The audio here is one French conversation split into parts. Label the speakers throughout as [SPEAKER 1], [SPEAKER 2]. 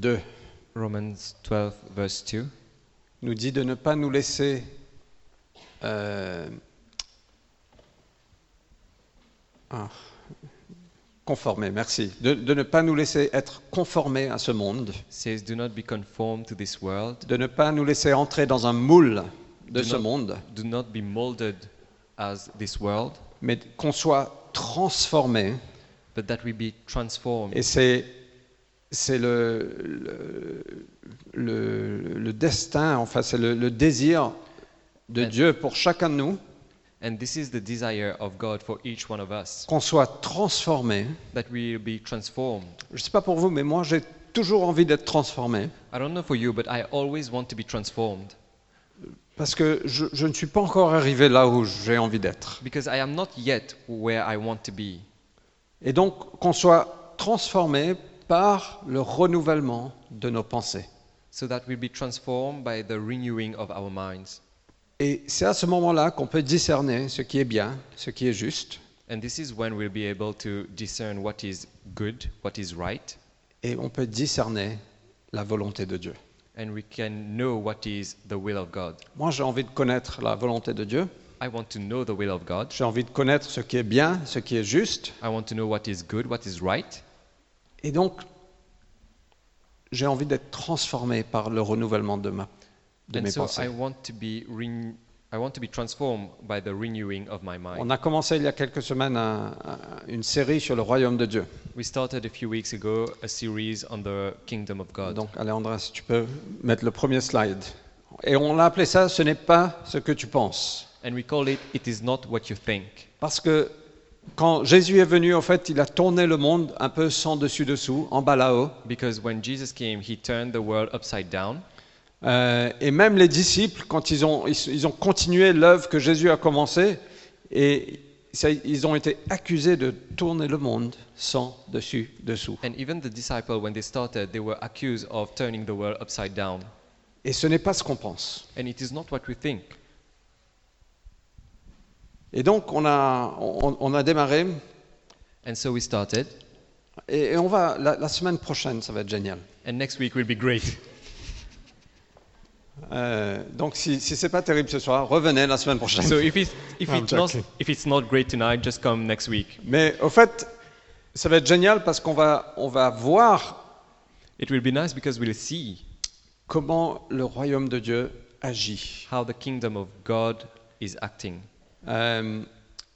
[SPEAKER 1] 2
[SPEAKER 2] Romans 12, verse 2
[SPEAKER 1] nous dit de ne pas nous laisser euh, ah, conformer, merci, de, de ne pas nous laisser être conformés à ce monde,
[SPEAKER 2] says, Do not be conformed to this world,
[SPEAKER 1] de ne pas nous laisser entrer dans un moule de
[SPEAKER 2] Do
[SPEAKER 1] ce
[SPEAKER 2] not-
[SPEAKER 1] monde,
[SPEAKER 2] do not be molded as this world,
[SPEAKER 1] mais qu'on soit transformés.
[SPEAKER 2] but that we be transformed.
[SPEAKER 1] Et c'est c'est le, le, le- le destin, enfin c'est le, le désir de
[SPEAKER 2] Mais-
[SPEAKER 1] Dieu pour chacun de nous,
[SPEAKER 2] And this is the desire of God for each one of us,
[SPEAKER 1] qu'on soit transformés.
[SPEAKER 2] that we be transformed.
[SPEAKER 1] Je ne sais pas pour vous, mais moi j'ai toujours envie d'être transformé.
[SPEAKER 2] I don't know for you, but I always want to be transformed
[SPEAKER 1] Parce que je, je ne suis pas encore arrivé là où j'ai envie d'être.
[SPEAKER 2] because I am not yet where I want to be.
[SPEAKER 1] Et donc qu'on soit transformé par le renouvellement de nos pensées.
[SPEAKER 2] So that we be transformed by the renewing of our minds.
[SPEAKER 1] Et c'est à ce moment-là qu'on peut discerner ce qui est bien, ce qui est juste,
[SPEAKER 2] And this is when we'll be able to discern what is good, what is right,
[SPEAKER 1] et on peut discerner la volonté de Dieu.
[SPEAKER 2] and we can know what is the will of God.
[SPEAKER 1] Moi j'ai envie de connaître la volonté de Dieu,
[SPEAKER 2] I want to know the will of God.
[SPEAKER 1] j'ai envie de connaître ce qui est bien, ce qui est juste,
[SPEAKER 2] I want to know what is good, what is right,
[SPEAKER 1] et donc j'ai envie d'être transformé par le renouvellement de, ma, de
[SPEAKER 2] and
[SPEAKER 1] mes
[SPEAKER 2] so I
[SPEAKER 1] pensées.
[SPEAKER 2] want to be ren- I want to be transformed by the renewing of my
[SPEAKER 1] On
[SPEAKER 2] mind.
[SPEAKER 1] a commencé il y a quelques semaines un- un- une série sur le royaume de Dieu.
[SPEAKER 2] We started a few weeks ago a series on the kingdom of God.
[SPEAKER 1] Donc, Alejandra, si tu peux mettre le premier slide. Et on l'a appelé ça, ce n'est pas ce que tu penses.
[SPEAKER 2] And we call it it is not what you think.
[SPEAKER 1] Parce que quand Jésus est venu, en fait, il a tourné le monde un peu sans dessus-dessous, en bas là-haut.
[SPEAKER 2] Because when Jesus came, he turned the world upside down.
[SPEAKER 1] Euh, et même les disciples, quand ils ont, ils, ils ont continué l'œuvre que Jésus a commencée, et ça- ils ont été accusés de tourner le monde sans dessus-dessous.
[SPEAKER 2] And even the disciple, when they started, they were accused of turning the world upside down.
[SPEAKER 1] Et ce n'est pas ce qu'on pense.
[SPEAKER 2] And it is not what we think.
[SPEAKER 1] Et donc, on a, on, on a démarré.
[SPEAKER 2] And so we started.
[SPEAKER 1] Et, et on va, la, la semaine prochaine, ça va être génial.
[SPEAKER 2] And next week will be great.
[SPEAKER 1] Euh, donc, si, si c'est pas terrible ce soir, revenez la semaine prochaine.
[SPEAKER 2] So if it's, if,
[SPEAKER 1] I'm
[SPEAKER 2] it's not,
[SPEAKER 1] joking.
[SPEAKER 2] if it's not great tonight, just come next week.
[SPEAKER 1] Mais au fait, ça va être génial parce qu'on va, on va voir
[SPEAKER 2] It will be nice because we'll see
[SPEAKER 1] comment le royaume de Dieu agit.
[SPEAKER 2] how the kingdom of God is acting.
[SPEAKER 1] Euh,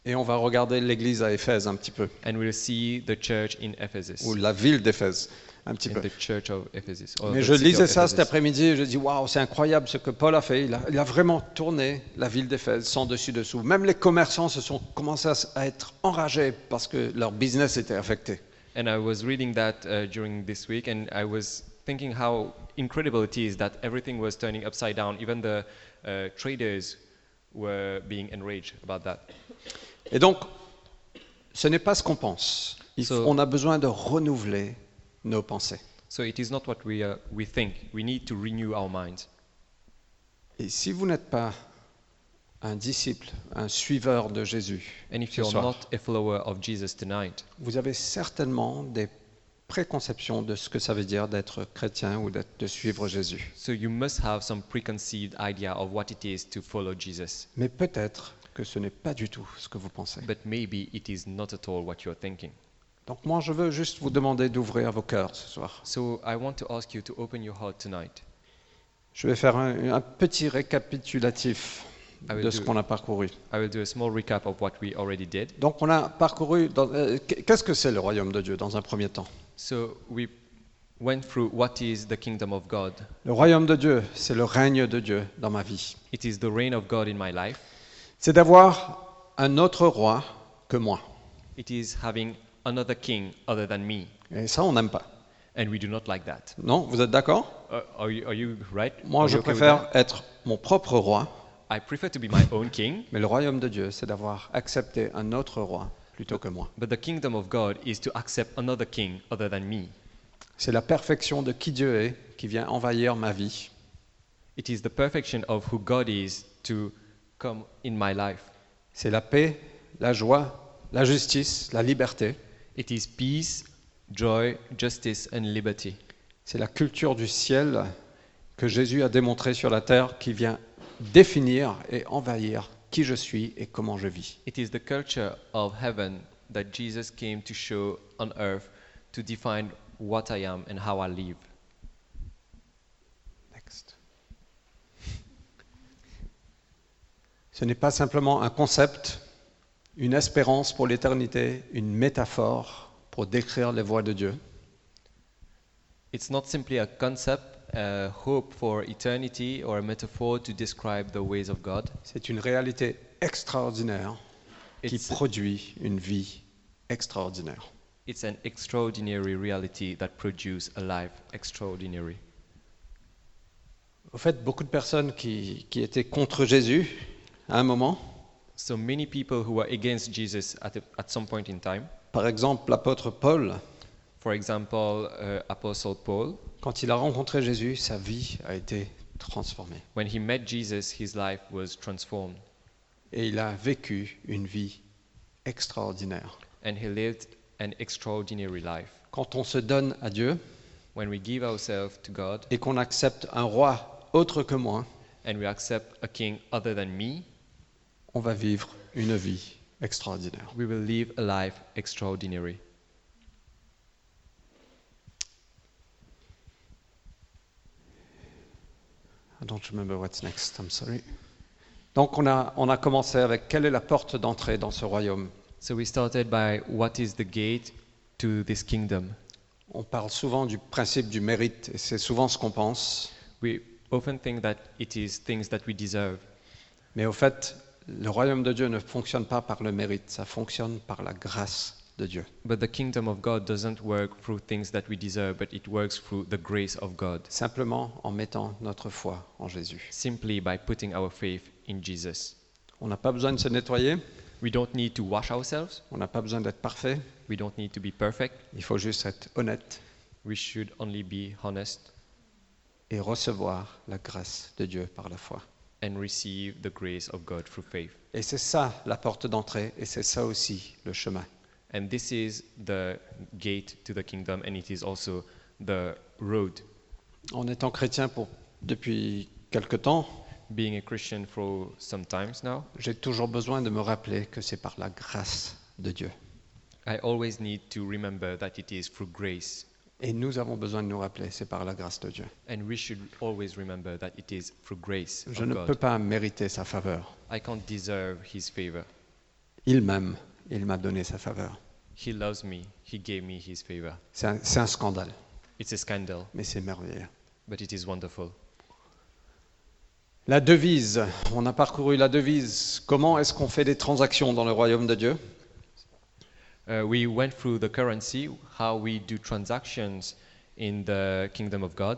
[SPEAKER 1] et on va regarder l'église à Éphèse un petit peu,
[SPEAKER 2] And we'll see the church in Ephesus.
[SPEAKER 1] ou la ville d'Éphèse un petit
[SPEAKER 2] In
[SPEAKER 1] peu.
[SPEAKER 2] the church of Ephesus. or
[SPEAKER 1] Mais
[SPEAKER 2] the
[SPEAKER 1] je
[SPEAKER 2] city of
[SPEAKER 1] lisais ça cet
[SPEAKER 2] Ephesus.
[SPEAKER 1] après-midi et je dis waouh, c'est incroyable ce que Paul a fait. Il a, il a vraiment tourné la ville d'Éphèse sans dessus-dessous. Même les commerçants se sont commencés à, s- à être enragés parce que leur business était affecté.
[SPEAKER 2] And I was reading that uh, during this week, and I was thinking how incredible it is that everything was turning upside down. Even the uh, traders were being enraged about that.
[SPEAKER 1] Et donc, ce n'est pas ce qu'on pense. Il
[SPEAKER 2] So-
[SPEAKER 1] faut- on a besoin de renouveler nos pensées.
[SPEAKER 2] So it is not what we, uh, we think. We need to renew our minds.
[SPEAKER 1] Et si vous n'êtes pas un disciple, un suiveur de Jésus,
[SPEAKER 2] And if
[SPEAKER 1] ce
[SPEAKER 2] you're
[SPEAKER 1] soir,
[SPEAKER 2] not a follower of Jesus tonight,
[SPEAKER 1] vous avez certainement des préconceptions de ce que ça veut dire d'être chrétien ou d'être- de suivre Jésus.
[SPEAKER 2] so you must have some preconceived idea of what it is to follow Jesus.
[SPEAKER 1] Mais peut-être que ce n'est pas du tout ce que vous pensez.
[SPEAKER 2] But maybe it is not at all what you're thinking.
[SPEAKER 1] Donc moi, je veux juste vous demander d'ouvrir vos cœurs ce soir.
[SPEAKER 2] So I want to ask you to open your heart tonight.
[SPEAKER 1] Je vais faire un, un petit récapitulatif
[SPEAKER 2] Ah oui,
[SPEAKER 1] de ce
[SPEAKER 2] de-
[SPEAKER 1] qu'on a parcouru.
[SPEAKER 2] I will do a small recap of what we already did.
[SPEAKER 1] Donc on a parcouru... dans- euh, Qu'est-ce que c'est le royaume de Dieu dans un premier temps
[SPEAKER 2] So we went through what is the kingdom of God.
[SPEAKER 1] Le royaume de Dieu, c'est le règne de Dieu dans ma vie.
[SPEAKER 2] It is the reign of God in my life.
[SPEAKER 1] C'est d'avoir un autre roi que moi.
[SPEAKER 2] It is having another king other than me,
[SPEAKER 1] Et ça, on n'aime pas.
[SPEAKER 2] and we do not like that.
[SPEAKER 1] Non, vous êtes d'accord
[SPEAKER 2] Uh, are you are you right?
[SPEAKER 1] Moi,
[SPEAKER 2] Are
[SPEAKER 1] je
[SPEAKER 2] you okay with
[SPEAKER 1] préfère être mon propre roi,
[SPEAKER 2] that? I prefer to be my own king,
[SPEAKER 1] mais le royaume de Dieu, c'est d'avoir accepté un autre roi plutôt que moi.
[SPEAKER 2] but the kingdom of God is to accept another king other than me.
[SPEAKER 1] C'est la perfection de qui Dieu est qui vient envahir ma vie
[SPEAKER 2] It is the perfection of who God is to come in my life.
[SPEAKER 1] C'est la paix, la joie, la justice, la liberté.
[SPEAKER 2] It is peace, joy, justice, and liberty.
[SPEAKER 1] C'est la culture du ciel que Jésus a démontrée sur la terre qui vient définir et envahir qui je suis et comment je vis.
[SPEAKER 2] It is the culture of heaven that Jesus came to show on earth to define what I am and how I live.
[SPEAKER 1] Ce n'est pas simplement un concept, une espérance pour l'éternité, une métaphore pour décrire les voies de Dieu.
[SPEAKER 2] It's not simply a concept, a hope for eternity, or a metaphor to describe the ways of God.
[SPEAKER 1] C'est une réalité extraordinaire qui
[SPEAKER 2] It's,
[SPEAKER 1] produit une vie extraordinaire.
[SPEAKER 2] it's an extraordinary reality that produces a life extraordinary.
[SPEAKER 1] Au fait, beaucoup de personnes qui, qui étaient contre Jésus à un moment,
[SPEAKER 2] So many people who were against Jesus at, a, at some point in time,
[SPEAKER 1] par exemple l'apôtre Paul,
[SPEAKER 2] for example, uh, Apostle Paul,
[SPEAKER 1] quand il a rencontré Jésus, sa vie a été transformée.
[SPEAKER 2] when he met Jesus, his life was transformed
[SPEAKER 1] Et il a vécu une vie extraordinaire.
[SPEAKER 2] and he lived an extraordinary life.
[SPEAKER 1] Quand on se donne à Dieu
[SPEAKER 2] When we give ourselves to God
[SPEAKER 1] et qu'on accepte un roi autre que moi,
[SPEAKER 2] and we accept a king other than me,
[SPEAKER 1] on va vivre une vie extraordinaire.
[SPEAKER 2] we will live a life extraordinary.
[SPEAKER 1] I Ah, don't remember what's next, I'm sorry. Donc on a, on a commencé avec quelle est la porte d'entrée dans ce royaume.
[SPEAKER 2] So we started by what is the gate to this kingdom?
[SPEAKER 1] On parle souvent du principe du mérite, et c'est souvent ce qu'on pense.
[SPEAKER 2] We often think that it is things that we deserve,
[SPEAKER 1] Mais au fait, le royaume de Dieu ne fonctionne pas par le mérite, ça fonctionne par la grâce de Dieu.
[SPEAKER 2] but the kingdom of God doesn't work through things that we deserve, but it works through the grace of God,
[SPEAKER 1] Simplement en mettant notre foi en Jésus.
[SPEAKER 2] simply by putting our faith in Jesus.
[SPEAKER 1] On n'a pas besoin de se nettoyer,
[SPEAKER 2] We don't need to wash ourselves,
[SPEAKER 1] on n'a pas besoin d'être parfait,
[SPEAKER 2] we don't need to be perfect,
[SPEAKER 1] il faut juste être honnête
[SPEAKER 2] we should only be honest
[SPEAKER 1] et recevoir la grâce de Dieu par la foi.
[SPEAKER 2] and receive the grace of God through faith.
[SPEAKER 1] Et c'est ça la porte d'entrée et c'est ça aussi le chemin.
[SPEAKER 2] And this is the gate to the kingdom, and it is also the road.
[SPEAKER 1] En étant chrétien pour, depuis quelque temps,
[SPEAKER 2] Being a Christian for some times now,
[SPEAKER 1] j'ai toujours besoin de me rappeler que c'est par la grâce de Dieu.
[SPEAKER 2] I always need to remember that it is through grace,
[SPEAKER 1] Et nous avons besoin de nous rappeler, c'est par la grâce de Dieu.
[SPEAKER 2] and we should always remember that it is through grace
[SPEAKER 1] Je
[SPEAKER 2] of
[SPEAKER 1] ne
[SPEAKER 2] God.
[SPEAKER 1] peux pas mériter sa faveur.
[SPEAKER 2] I can't deserve His favor.
[SPEAKER 1] Il m'aime, il m'a donné sa faveur.
[SPEAKER 2] He loves me. He gave me His favor.
[SPEAKER 1] C'est un, c'est un scandale,
[SPEAKER 2] It's a scandal,
[SPEAKER 1] mais c'est merveilleux.
[SPEAKER 2] but it is wonderful.
[SPEAKER 1] La devise, on a parcouru la devise. Comment est-ce qu'on fait des transactions dans le royaume de Dieu
[SPEAKER 2] Uh, we went through the currency, how we do transactions in the kingdom of God.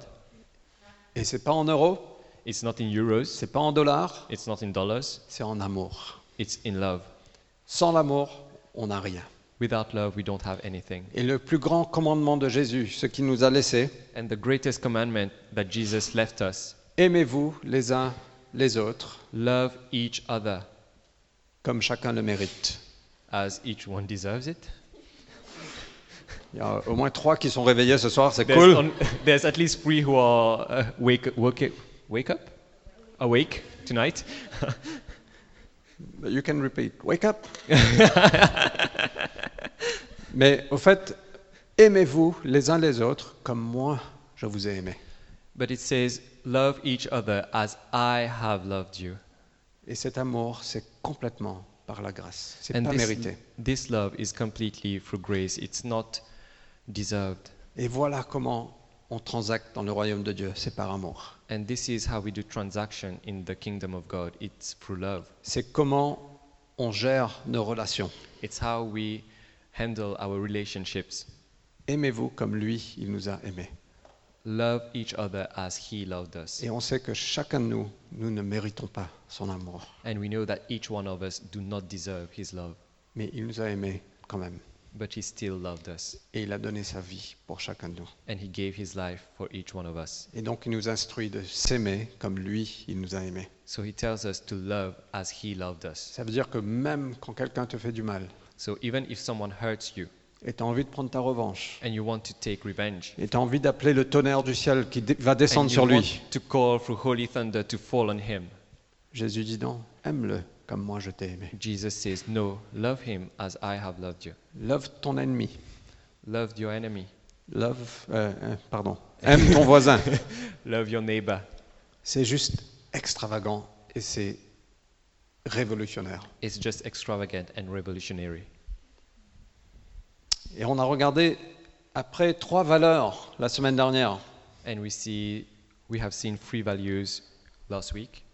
[SPEAKER 1] Et c'est pas en euros,
[SPEAKER 2] It's not in euros.
[SPEAKER 1] c'est pas en dollars,
[SPEAKER 2] It's not in dollars.
[SPEAKER 1] c'est en amour.
[SPEAKER 2] It's in love.
[SPEAKER 1] Sans l'amour, on n'a rien.
[SPEAKER 2] Without love, we don't have anything.
[SPEAKER 1] Et le plus grand commandement de Jésus, ce qu'il nous a laissé,
[SPEAKER 2] And the greatest commandment that Jesus left us
[SPEAKER 1] aimez-vous les uns les autres
[SPEAKER 2] love each other
[SPEAKER 1] comme chacun le mérite.
[SPEAKER 2] as each one deserves it.
[SPEAKER 1] Il y a au moins trois qui sont réveillés ce soir, c'est
[SPEAKER 2] There's,
[SPEAKER 1] cool.
[SPEAKER 2] on- there's at least three who are uh, wake, wake, wake up? Awake tonight?
[SPEAKER 1] You can repeat. Wake up. Mais au fait, aimez-vous les uns les autres comme moi je vous ai aimé.
[SPEAKER 2] But it says, love each other as I have loved you.
[SPEAKER 1] Et cet amour, c'est complètement par la grâce. C'est
[SPEAKER 2] And
[SPEAKER 1] pas
[SPEAKER 2] this,
[SPEAKER 1] mérité.
[SPEAKER 2] this love is completely through grace, it's not deserved.
[SPEAKER 1] Et voilà comment on transacte dans le royaume de Dieu. C'est par amour.
[SPEAKER 2] And this is how we do transaction in the kingdom of God it's through love.
[SPEAKER 1] C'est comment on gère nos relations.
[SPEAKER 2] It's how we handle our relationships.
[SPEAKER 1] Aimez-vous comme lui, il nous a aimés.
[SPEAKER 2] Love each other as He loved us.
[SPEAKER 1] Et on sait que chacun de nous, nous ne méritons pas son amour.
[SPEAKER 2] And we know that each one of us do not deserve His love,
[SPEAKER 1] Mais il nous a aimés quand même.
[SPEAKER 2] but He still loved us.
[SPEAKER 1] Et il a donné sa vie pour chacun de nous.
[SPEAKER 2] And He gave His life for each one of us.
[SPEAKER 1] Et donc il nous instruit de s'aimer comme lui, il nous a aimés.
[SPEAKER 2] So He tells us to love as He loved us.
[SPEAKER 1] Ça veut dire que même quand quelqu'un te fait du mal,
[SPEAKER 2] So even if someone hurts you,
[SPEAKER 1] Et tu as envie de prendre ta revanche.
[SPEAKER 2] and you want to take revenge.
[SPEAKER 1] Et tu as envie d'appeler le tonnerre du ciel qui dé- va descendre
[SPEAKER 2] And you
[SPEAKER 1] sur lui.
[SPEAKER 2] want to call through holy thunder to fall on him.
[SPEAKER 1] Jésus dit non, aime-le comme moi je t'ai aimé.
[SPEAKER 2] Jesus says, No, love him as I have loved you.
[SPEAKER 1] Love ton ennemi.
[SPEAKER 2] Love your enemy.
[SPEAKER 1] Love, euh, euh, pardon. Aime ton voisin.
[SPEAKER 2] Love your neighbor.
[SPEAKER 1] C'est juste extravagant et c'est révolutionnaire.
[SPEAKER 2] It's just extravagant and revolutionary.
[SPEAKER 1] Et on a regardé après trois valeurs la semaine dernière.
[SPEAKER 2] And we see, we have seen three values last week.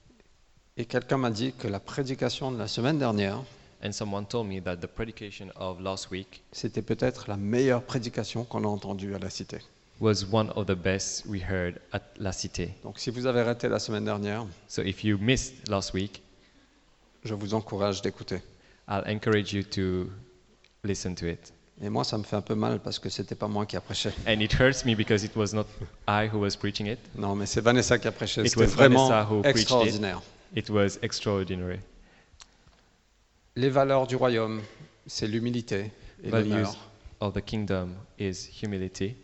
[SPEAKER 1] Et quelqu'un m'a dit que la prédication de la semaine dernière,
[SPEAKER 2] And someone told me that the predication of last week
[SPEAKER 1] c'était peut-être la meilleure prédication qu'on a entendue à la Cité.
[SPEAKER 2] was one of the best we heard at La Cité.
[SPEAKER 1] Donc si vous avez raté la semaine dernière,
[SPEAKER 2] So if you missed last week,
[SPEAKER 1] je vous encourage d'écouter.
[SPEAKER 2] I'll encourage you to listen to it.
[SPEAKER 1] Et moi, ça me fait un peu mal parce que c'était pas moi qui a prêché.
[SPEAKER 2] And it hurts me because it was not I who was preaching it.
[SPEAKER 1] Non, mais c'est Vanessa qui a prêché.
[SPEAKER 2] It
[SPEAKER 1] C'était
[SPEAKER 2] was Vanessa
[SPEAKER 1] vraiment
[SPEAKER 2] who preached
[SPEAKER 1] extraordinaire.
[SPEAKER 2] It was extraordinary.
[SPEAKER 1] Les valeurs du royaume, c'est l'humilité et
[SPEAKER 2] Values
[SPEAKER 1] l'honneur.
[SPEAKER 2] of the kingdom is humility.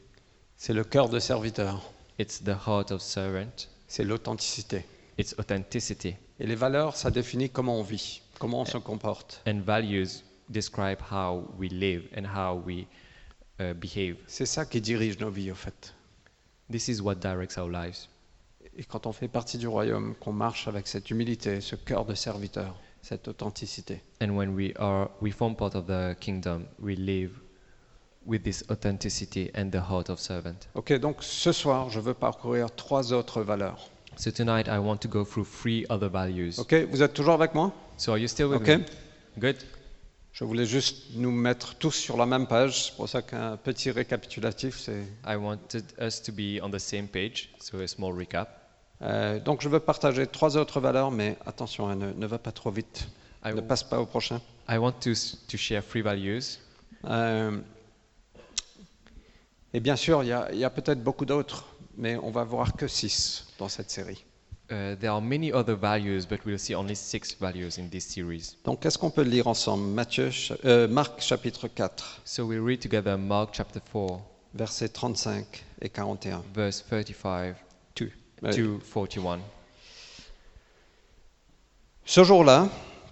[SPEAKER 1] C'est le cœur de serviteur.
[SPEAKER 2] It's the heart of servant.
[SPEAKER 1] C'est l'authenticité.
[SPEAKER 2] It's authenticity.
[SPEAKER 1] Et les valeurs, ça définit comment on vit, comment on se comporte.
[SPEAKER 2] And values describe how we live and how we uh, behave.
[SPEAKER 1] C'est ça qui dirige nos vies, au fait.
[SPEAKER 2] This is what directs our lives.
[SPEAKER 1] Et quand on fait partie du royaume, qu'on marche avec cette humilité, ce cœur de serviteur, cette authenticité,
[SPEAKER 2] And when we are, we form part of the kingdom. We live with this authenticity and the heart of servant.
[SPEAKER 1] Ok, donc ce soir, je veux parcourir trois autres valeurs.
[SPEAKER 2] So tonight I want to go through three other values.
[SPEAKER 1] Ok, vous êtes toujours avec moi
[SPEAKER 2] So are you still with
[SPEAKER 1] Okay.
[SPEAKER 2] me? Good.
[SPEAKER 1] Je voulais juste nous mettre tous sur la même page. C'est pour ça qu'un petit récapitulatif, c'est.
[SPEAKER 2] I wanted us to be on the same page. So a small recap.
[SPEAKER 1] Euh, donc je veux partager trois autres valeurs, mais attention, hein, ne, ne va pas trop vite.
[SPEAKER 2] I,
[SPEAKER 1] Ne passe pas au prochain.
[SPEAKER 2] I want to s- to share three values.
[SPEAKER 1] Euh, et bien sûr, il y a, il y a peut-être beaucoup d'autres, mais on va voir que six dans cette série.
[SPEAKER 2] Uh, there are many other values, but we'll see only six values in this series.
[SPEAKER 1] Donc, qu'est-ce qu'on peut lire ensemble Matthieu, cha- euh, Marc chapitre 4,
[SPEAKER 2] So we read together Mark chapter 4,
[SPEAKER 1] versets 35 et 41.
[SPEAKER 2] verse 35 to,
[SPEAKER 1] Uh,
[SPEAKER 2] to 41.
[SPEAKER 1] Ce jour-là,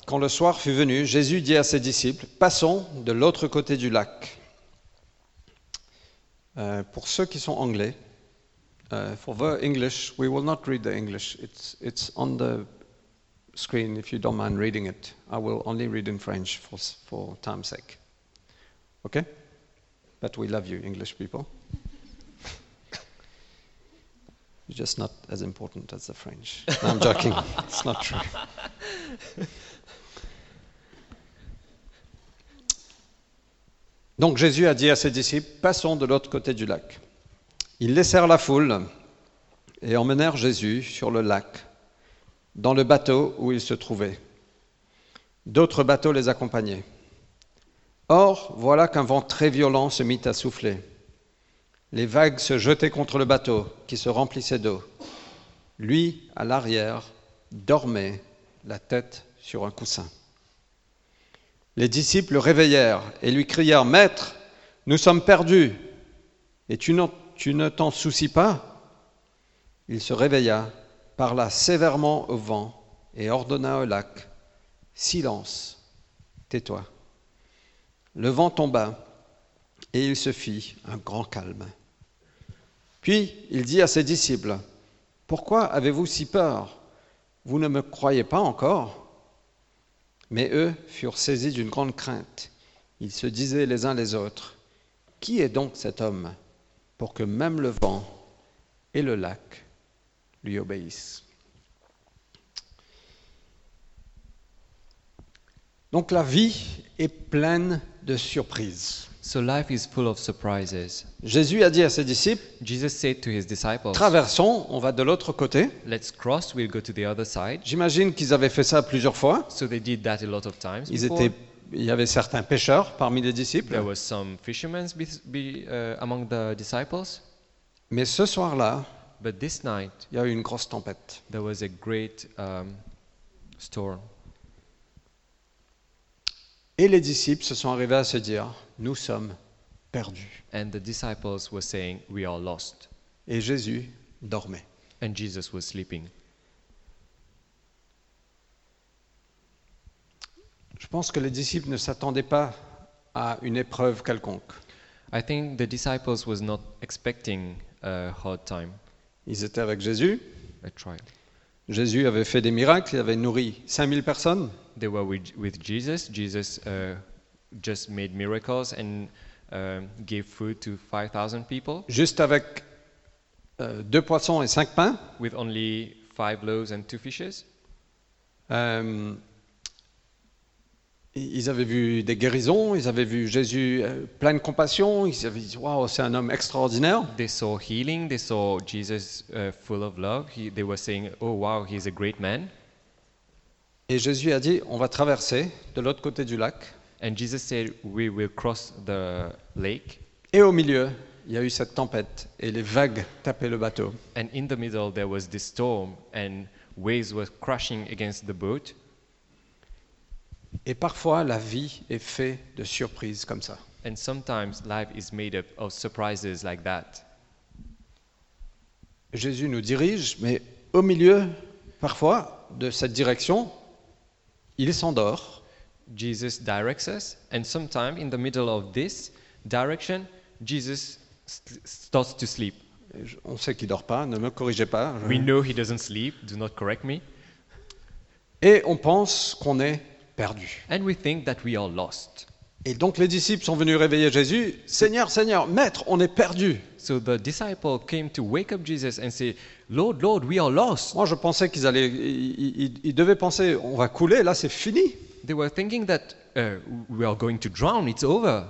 [SPEAKER 1] quand le soir fut venu, Jésus dit à ses disciples, passons de l'autre côté du lac. Euh, pour ceux qui sont anglais, euh, for the English, we will not read the English. It's, it's on the screen if you don't mind reading it. I will only read in French for, s- for time's sake. Okay? But we love you, English people. You're just not as important as the French. No, I'm joking. it's not true. Donc Jésus a dit à ses disciples, passons de l'autre côté du lac. Ils laissèrent la foule et emmenèrent Jésus sur le lac, dans le bateau où il se trouvait. D'autres bateaux les accompagnaient. Or, voilà qu'un vent très violent se mit à souffler. Les vagues se jetaient contre le bateau, qui se remplissait d'eau. Lui, à l'arrière, dormait, la tête sur un coussin. Les disciples le réveillèrent et lui crièrent, Maître, nous sommes perdus, et tu n'en- tu ne t'en soucies pas Il se réveilla, parla sévèrement au vent et ordonna au lac, Silence, tais-toi. Le vent tomba, et il se fit un grand calme. Puis il dit à ses disciples, Pourquoi avez-vous si peur Vous ne me croyez pas encore mais eux furent saisis d'une grande crainte. Ils se disaient les uns les autres, Qui est donc cet homme pour que même le vent et le lac lui obéissent Donc la vie est pleine de surprises.
[SPEAKER 2] So life is full of surprises.
[SPEAKER 1] Jésus a dit à ses disciples,
[SPEAKER 2] Jesus said to his disciples,
[SPEAKER 1] traversons, on va de l'autre côté.
[SPEAKER 2] Let's cross, we'll go to the other side.
[SPEAKER 1] J'imagine qu'ils avaient fait ça plusieurs fois.
[SPEAKER 2] So they did that a lot of times.
[SPEAKER 1] Ils
[SPEAKER 2] before.
[SPEAKER 1] étaient, il y avait certains pêcheurs parmi les
[SPEAKER 2] There
[SPEAKER 1] disciples.
[SPEAKER 2] were some fishermen be, be, uh, among the disciples,
[SPEAKER 1] Mais ce soir-là,
[SPEAKER 2] but this night
[SPEAKER 1] il y a eu une grosse tempête.
[SPEAKER 2] there was a great um, storm.
[SPEAKER 1] Et les disciples se sont arrivés à se dire, nous sommes perdus.
[SPEAKER 2] And the disciples were saying, We are lost.
[SPEAKER 1] Et Jésus dormait.
[SPEAKER 2] And Jesus was sleeping.
[SPEAKER 1] Je pense que les disciples ne s'attendaient pas à une épreuve quelconque.
[SPEAKER 2] I think the disciples was not expecting a hard time,
[SPEAKER 1] Ils étaient avec Jésus.
[SPEAKER 2] a trial.
[SPEAKER 1] Jésus avait fait des miracles, il avait nourri 5000 personnes.
[SPEAKER 2] They were with, with Jesus. Jesus uh, just made miracles and um, gave food to 5,000 people
[SPEAKER 1] juste avec euh, deux poissons et cinq pains,
[SPEAKER 2] with only five loaves and two fishes.
[SPEAKER 1] euh, ils avaient vu des guérisons, ils avaient vu Jésus euh, plein de compassion, ils avaient dit Waouh, c'est un homme extraordinaire.
[SPEAKER 2] They saw healing. They saw Jesus uh, full of love. He, they were saying, "Oh wow, he's a great man."
[SPEAKER 1] Et Jésus a dit On va traverser de l'autre côté du lac.
[SPEAKER 2] And Jesus said, "We will cross the lake."
[SPEAKER 1] Et au milieu, il y a eu cette tempête et les vagues tapaient le bateau.
[SPEAKER 2] And in the middle there was this storm, and waves were crashing against the boat.
[SPEAKER 1] Et parfois, la vie est faite de surprises comme ça.
[SPEAKER 2] And sometimes life is made up of surprises like that.
[SPEAKER 1] Jésus nous dirige, mais au milieu, parfois, de cette direction, il s'endort.
[SPEAKER 2] Jesus directs us, and sometimes in the middle of this direction, Jesus st- starts to sleep.
[SPEAKER 1] Et je- On sait qu'il dort pas, ne me corrigez pas.
[SPEAKER 2] We know he doesn't sleep. Do not correct me.
[SPEAKER 1] Et on pense qu'on est perdu.
[SPEAKER 2] And we think that we are lost.
[SPEAKER 1] Et donc les disciples sont venus réveiller Jésus. Seigneur, Seigneur, Maître, on est perdu.
[SPEAKER 2] So the disciple came to wake up Jesus and say, Lord, Lord, we are lost.
[SPEAKER 1] Moi, je pensais qu'ils allaient, ils, ils- ils devaient penser, on va couler, là, c'est fini.
[SPEAKER 2] They were thinking that uh, we are going to drown, it's over.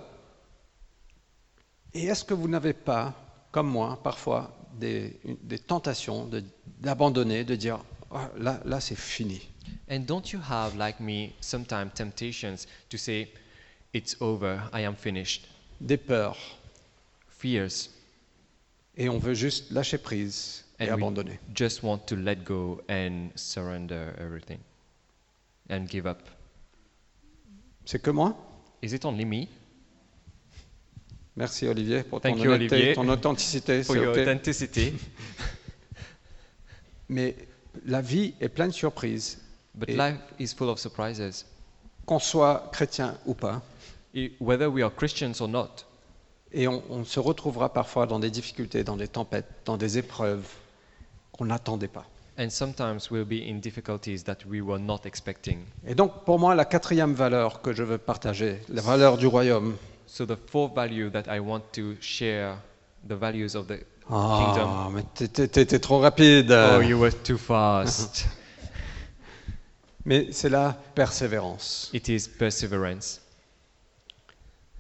[SPEAKER 1] Et est-ce que vous n'avez pas, comme moi, parfois, des, une- des tentations de- d'abandonner, de, dire, Ah, là, là, c'est fini.
[SPEAKER 2] And don't you have, like me, sometimes temptations to say, It's over, I am finished?
[SPEAKER 1] Des peurs.
[SPEAKER 2] Fears.
[SPEAKER 1] Et on veut juste lâcher prise et
[SPEAKER 2] we
[SPEAKER 1] abandonner.
[SPEAKER 2] just want to let go and surrender everything and give up.
[SPEAKER 1] C'est que moi
[SPEAKER 2] Is it only me?
[SPEAKER 1] Merci Olivier pour ton
[SPEAKER 2] Thank you,
[SPEAKER 1] honnêteté,
[SPEAKER 2] Olivier.
[SPEAKER 1] ton authenticité.
[SPEAKER 2] For
[SPEAKER 1] c'est
[SPEAKER 2] your
[SPEAKER 1] ok.
[SPEAKER 2] authenticity.
[SPEAKER 1] Mais la vie est pleine de surprises,
[SPEAKER 2] But
[SPEAKER 1] Et-
[SPEAKER 2] life is full of surprises,
[SPEAKER 1] qu'on soit chrétien ou pas.
[SPEAKER 2] I- whether we are Christians or not.
[SPEAKER 1] Et on, on se retrouvera parfois dans des difficultés, dans des tempêtes, dans des épreuves qu'on n'attendait pas.
[SPEAKER 2] and sometimes we'll be in difficulties that we were not expecting.
[SPEAKER 1] Et donc, pour moi, la quatrième valeur que je veux partager, la valeur du royaume,
[SPEAKER 2] So the fourth value that I want to share, the values of the kingdom.
[SPEAKER 1] Ah, mais t'es- t'es t'es- t'es trop rapide.
[SPEAKER 2] Oh, you were too fast.
[SPEAKER 1] Mais c'est la persévérance.
[SPEAKER 2] it is perseverance.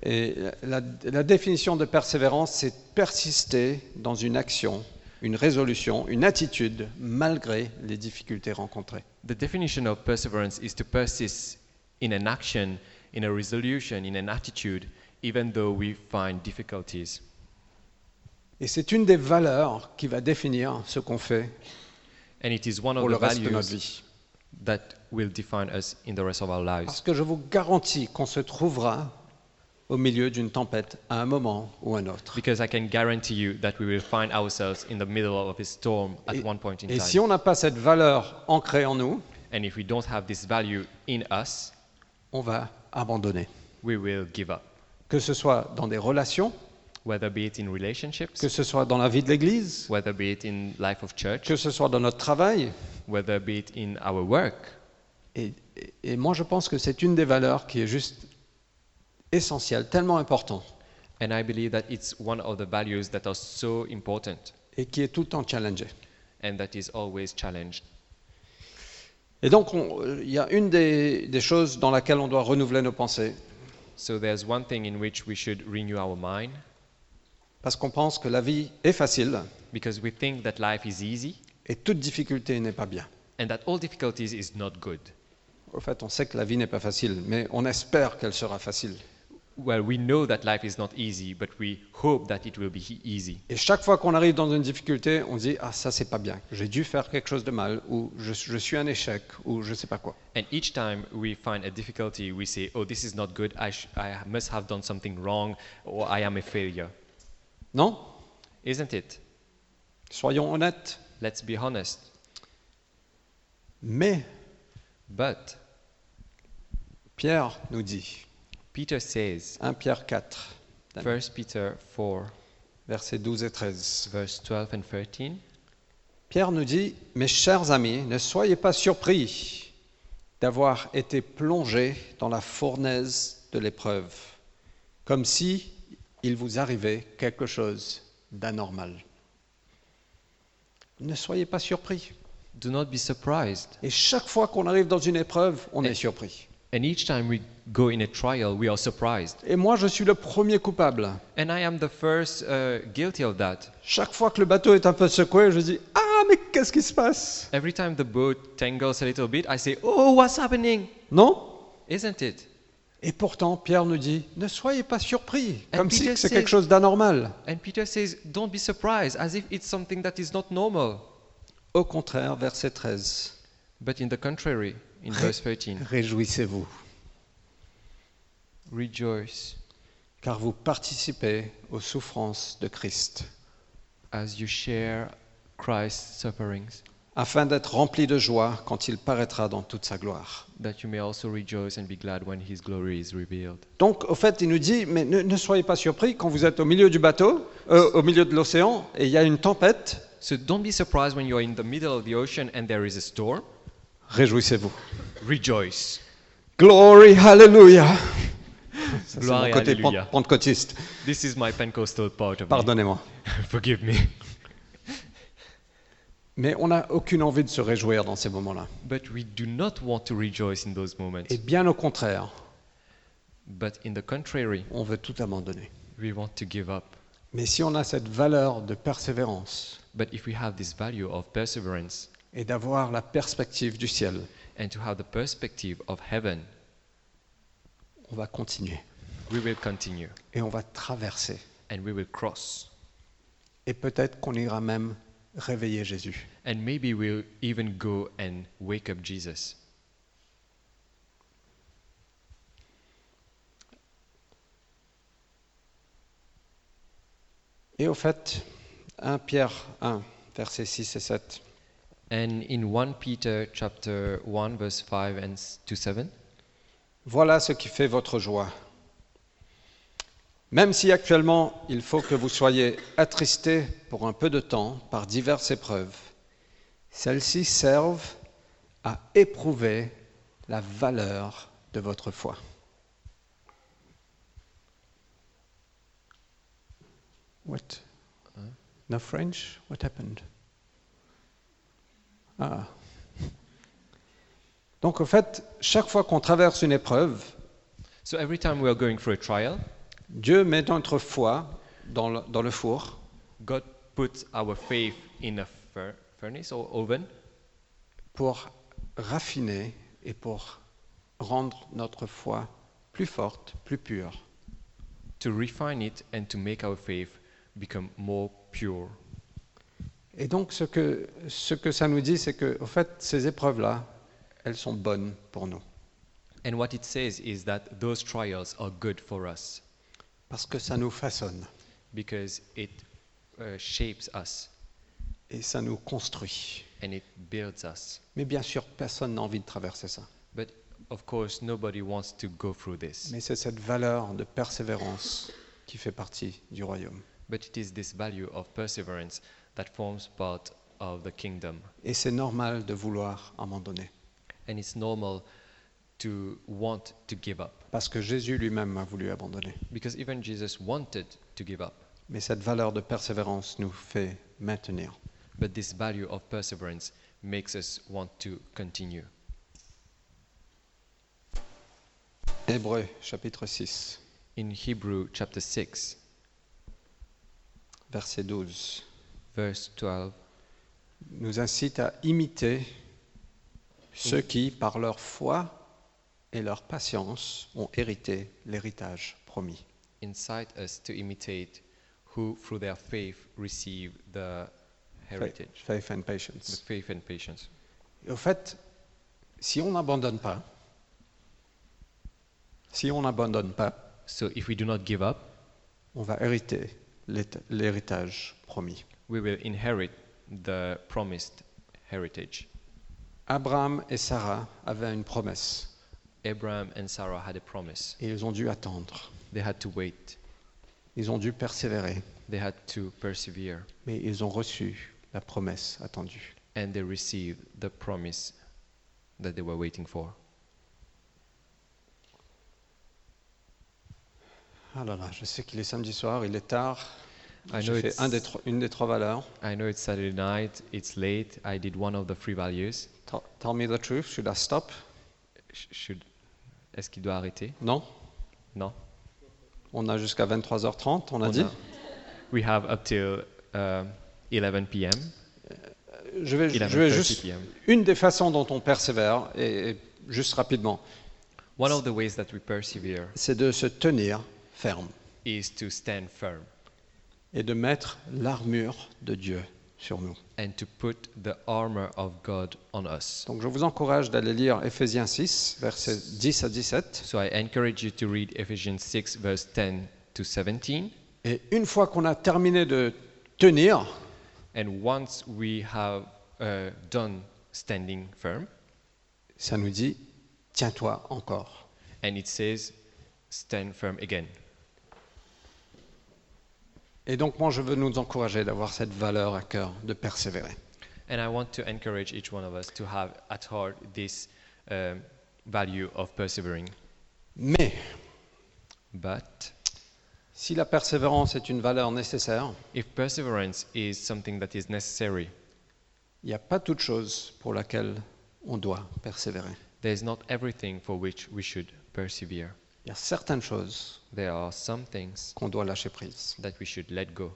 [SPEAKER 1] Et la, la définition de persévérance, c'est persister dans une action, une résolution, une attitude, malgré les difficultés rencontrées.
[SPEAKER 2] The definition of perseverance is to persist in an action, in a resolution, in an attitude, even though we find difficulties.
[SPEAKER 1] Et c'est une des valeurs qui va définir ce qu'on fait
[SPEAKER 2] And it is one of
[SPEAKER 1] pour le
[SPEAKER 2] the
[SPEAKER 1] reste de notre
[SPEAKER 2] values
[SPEAKER 1] vie.
[SPEAKER 2] that will define us in the rest of our
[SPEAKER 1] Parce
[SPEAKER 2] lives.
[SPEAKER 1] que je vous garantis qu'on se trouvera au milieu d'une tempête à un moment ou un autre.
[SPEAKER 2] Because I can guarantee you that we will find ourselves in the middle of a storm at
[SPEAKER 1] Et,
[SPEAKER 2] one point in
[SPEAKER 1] et
[SPEAKER 2] time.
[SPEAKER 1] si on n'a pas cette valeur ancrée en nous,
[SPEAKER 2] And if we don't have this value in us,
[SPEAKER 1] on va abandonner.
[SPEAKER 2] we will give up,
[SPEAKER 1] Que ce soit dans des relations,
[SPEAKER 2] whether be it in
[SPEAKER 1] que
[SPEAKER 2] relationships,
[SPEAKER 1] ce soit dans la vie de l'Église,
[SPEAKER 2] whether be it in life of church,
[SPEAKER 1] que ce soit dans notre travail.
[SPEAKER 2] whether be it in our work.
[SPEAKER 1] Et, et- et moi, je pense que c'est une des valeurs qui est juste essentielle, tellement importante,
[SPEAKER 2] And I believe that it's one of the values that are so important
[SPEAKER 1] et qui est tout le temps challengée.
[SPEAKER 2] and that is always challenged.
[SPEAKER 1] Et donc, on- euh, il y a une des, des choses dans laquelle on doit renouveler nos pensées,
[SPEAKER 2] So there's one thing in which we should renew our mind
[SPEAKER 1] parce qu'on pense que la vie est facile
[SPEAKER 2] because we think that life is easy
[SPEAKER 1] et toute difficulté n'est pas bien.
[SPEAKER 2] and that all difficulties is not good.
[SPEAKER 1] Au fait, on sait que la vie n'est pas facile, mais on espère qu'elle sera facile.
[SPEAKER 2] well, we know that life is not easy, but we hope that it will be he- easy.
[SPEAKER 1] Et chaque fois qu'on arrive dans une difficulté, on dit Ah, ça, c'est pas bien. J'ai dû faire quelque chose de mal, ou je, je suis un échec, ou je sais pas quoi.
[SPEAKER 2] And each time we find a difficulty, we say, oh, this is not good, I, sh- I must have done something wrong, or I am a failure.
[SPEAKER 1] Non
[SPEAKER 2] Isn't it?
[SPEAKER 1] Soyons honnêtes.
[SPEAKER 2] Let's be honest.
[SPEAKER 1] Mais
[SPEAKER 2] But
[SPEAKER 1] Pierre nous dit
[SPEAKER 2] Peter says,
[SPEAKER 1] 1 Pierre 4,
[SPEAKER 2] 1 Peter 4,
[SPEAKER 1] versets 12 et 13.
[SPEAKER 2] verse 12 and 13,
[SPEAKER 1] Pierre nous dit, mes chers amis, ne soyez pas surpris d'avoir été plongés dans la fournaise de l'épreuve, comme si il vous arrivait quelque chose d'anormal. Ne soyez pas surpris.
[SPEAKER 2] do not be surprised.
[SPEAKER 1] Et chaque fois qu'on arrive dans une épreuve, on
[SPEAKER 2] Et-
[SPEAKER 1] est surpris.
[SPEAKER 2] And each time we go in a trial, we are surprised.
[SPEAKER 1] Et moi, je suis le premier coupable.
[SPEAKER 2] And I am the first uh, guilty of that.
[SPEAKER 1] Chaque fois que le bateau est un peu secoué, je dis, ah, mais qu'est-ce qui se passe
[SPEAKER 2] Every time the boat tangles a little bit, I say, Oh, what's happening?
[SPEAKER 1] Non
[SPEAKER 2] Isn't it?
[SPEAKER 1] Et pourtant, Pierre nous dit, ne soyez pas surpris,
[SPEAKER 2] And
[SPEAKER 1] comme si
[SPEAKER 2] Peter
[SPEAKER 1] c'est
[SPEAKER 2] says-
[SPEAKER 1] quelque chose d'anormal.
[SPEAKER 2] And Peter says, Don't be surprised, as if it's something that is not normal.
[SPEAKER 1] Au contraire, verset 13.
[SPEAKER 2] But in the contrary, in verse 13,
[SPEAKER 1] Réjouissez-vous,
[SPEAKER 2] rejoice
[SPEAKER 1] car vous participez aux souffrances de Christ,
[SPEAKER 2] as you share Christ's sufferings,
[SPEAKER 1] afin d'être remplis de joie quand il paraîtra dans toute sa gloire.
[SPEAKER 2] that you may also rejoice and be glad when his glory is revealed.
[SPEAKER 1] Donc, au fait, il nous dit, mais ne, ne soyez pas surpris quand vous êtes au milieu du bateau, euh, au milieu de l'océan, et il y a une tempête,
[SPEAKER 2] So don't be surprised when you're in the middle of the ocean and there is a storm.
[SPEAKER 1] réjouissez-vous.
[SPEAKER 2] Rejoice.
[SPEAKER 1] Glory, hallelujah. Ça, c'est
[SPEAKER 2] Gloire
[SPEAKER 1] mon
[SPEAKER 2] et
[SPEAKER 1] côté
[SPEAKER 2] hallelujah.
[SPEAKER 1] pen- pentecôtiste,
[SPEAKER 2] This is my Pentecostal part of
[SPEAKER 1] pardonnez-moi.
[SPEAKER 2] me. Forgive me.
[SPEAKER 1] Mais on n'a aucune envie de se réjouir dans ces moments-là.
[SPEAKER 2] But we do not want to rejoice in those moments.
[SPEAKER 1] Et bien au contraire,
[SPEAKER 2] But in the contrary,
[SPEAKER 1] on veut tout abandonner.
[SPEAKER 2] we want to give up.
[SPEAKER 1] Mais si on a cette valeur de persévérance
[SPEAKER 2] But if we have this value of perseverance
[SPEAKER 1] et d'avoir la perspective du ciel,
[SPEAKER 2] and to have the perspective of heaven,
[SPEAKER 1] on va continuer
[SPEAKER 2] we will continue
[SPEAKER 1] et on va traverser.
[SPEAKER 2] and we will cross.
[SPEAKER 1] Et peut-être qu'on ira même réveiller Jésus.
[SPEAKER 2] And maybe we'll even go and wake up Jesus.
[SPEAKER 1] Et au fait, 1 Pierre 1, versets 6 et 7.
[SPEAKER 2] And in 1 Peter chapter 1 verse 5 and s- to 7,
[SPEAKER 1] Voilà ce qui fait votre joie. Même si actuellement il faut que vous soyez attristés pour un peu de temps par diverses épreuves, celles-ci servent à éprouver la valeur de votre foi. What? No French? What happened? Ah. Donc, en fait, chaque fois qu'on traverse une épreuve,
[SPEAKER 2] so every time we are going through a trial,
[SPEAKER 1] Dieu met notre foi dans le, dans le four
[SPEAKER 2] God puts our faith in a fur- furnace or oven
[SPEAKER 1] pour raffiner et pour rendre notre foi plus forte, plus pure.
[SPEAKER 2] to refine it and to make our faith become more pure.
[SPEAKER 1] Et donc, ce que, ce que ça nous dit, c'est que, au fait, ces épreuves-là, elles sont bonnes pour nous.
[SPEAKER 2] And what it says is that those trials are good for us
[SPEAKER 1] Parce que ça nous façonne
[SPEAKER 2] because it uh, shapes us
[SPEAKER 1] et ça nous construit.
[SPEAKER 2] and it builds us.
[SPEAKER 1] Mais bien sûr, personne n'a envie de traverser ça.
[SPEAKER 2] But of course, nobody wants to go through this.
[SPEAKER 1] Mais c'est cette valeur de persévérance qui fait partie du royaume.
[SPEAKER 2] But it is this value of perseverance that forms part of the kingdom.
[SPEAKER 1] Et c'est normal de vouloir abandonner.
[SPEAKER 2] And it's normal to want to give up
[SPEAKER 1] Parce que Jésus lui-même a voulu abandonner.
[SPEAKER 2] because even Jesus wanted to give up.
[SPEAKER 1] Mais cette valeur de persévérance nous fait maintenir.
[SPEAKER 2] But this value of perseverance makes us want to continue.
[SPEAKER 1] Hébreux chapitre 6,
[SPEAKER 2] In Hebrew chapter 6,
[SPEAKER 1] verset 12,
[SPEAKER 2] verse 12,
[SPEAKER 1] nous incite à imiter ceux qui, par leur foi et leur patience, ont hérité l'héritage promis.
[SPEAKER 2] incite us to imitate who, through their faith, receive the
[SPEAKER 1] Faith,
[SPEAKER 2] heritage,
[SPEAKER 1] faith and
[SPEAKER 2] the
[SPEAKER 1] patience.
[SPEAKER 2] faith and patience.
[SPEAKER 1] Et au fait, si on n'abandonne pas, si on n'abandonne pas,
[SPEAKER 2] So if we do not give up,
[SPEAKER 1] on va hériter l'hét- l'héritage promis.
[SPEAKER 2] we will inherit the promised heritage.
[SPEAKER 1] Abraham et Sarah avaient une promesse
[SPEAKER 2] Abraham and Sarah had a promise.
[SPEAKER 1] et ils ont dû attendre,
[SPEAKER 2] They had to wait.
[SPEAKER 1] ils ont dû persévérer,
[SPEAKER 2] They had to persevere,
[SPEAKER 1] mais ils ont reçu la promesse attendue.
[SPEAKER 2] and they received the promise that they were waiting for.
[SPEAKER 1] Ah là là, je sais qu'il est samedi soir, il est tard.
[SPEAKER 2] I know
[SPEAKER 1] J'ai
[SPEAKER 2] it's
[SPEAKER 1] fait un des tro- une des trois valeurs.
[SPEAKER 2] I know it's Saturday night. It's late. I did one of the three values.
[SPEAKER 1] T- Tell me the truth, should I stop
[SPEAKER 2] Sh- Should est-ce qu'il doit arrêter?
[SPEAKER 1] Non
[SPEAKER 2] Non.
[SPEAKER 1] On a jusqu'à 23h30, on a
[SPEAKER 2] On
[SPEAKER 1] dit.
[SPEAKER 2] a- we have up till uh, 11 p.m.
[SPEAKER 1] Je vais, je
[SPEAKER 2] 11:30
[SPEAKER 1] vais juste...
[SPEAKER 2] p.m.
[SPEAKER 1] Une des façons dont on persévère, et, et juste rapidement,
[SPEAKER 2] One of the ways that we persevere
[SPEAKER 1] c'est de se tenir ferme
[SPEAKER 2] is to stand firm
[SPEAKER 1] et de mettre l'armure de Dieu sur nous.
[SPEAKER 2] and to put the armor of God on us.
[SPEAKER 1] Donc je vous encourage d'aller lire Éphésiens 6, versets 10 à 17.
[SPEAKER 2] So I encourage you to read Ephesians 6, verse 10 to 17.
[SPEAKER 1] Et une fois qu'on a terminé de tenir,
[SPEAKER 2] And once we have uh, done standing firm,
[SPEAKER 1] ça nous dit, tiens-toi encore.
[SPEAKER 2] and it says, stand firm again.
[SPEAKER 1] Et donc moi, je veux nous encourager d'avoir cette valeur à cœur, de persévérer.
[SPEAKER 2] And I want to encourage each one of us to have at heart this um, value of persevering.
[SPEAKER 1] Mais
[SPEAKER 2] But
[SPEAKER 1] si la persévérance est une valeur nécessaire,
[SPEAKER 2] if perseverance is something that is necessary,
[SPEAKER 1] il n'y a pas toute chose pour laquelle on doit persévérer.
[SPEAKER 2] there is not everything for which we should persevere.
[SPEAKER 1] Il y a certaines choses
[SPEAKER 2] There are some things
[SPEAKER 1] qu'on doit lâcher prise.
[SPEAKER 2] that we should let go.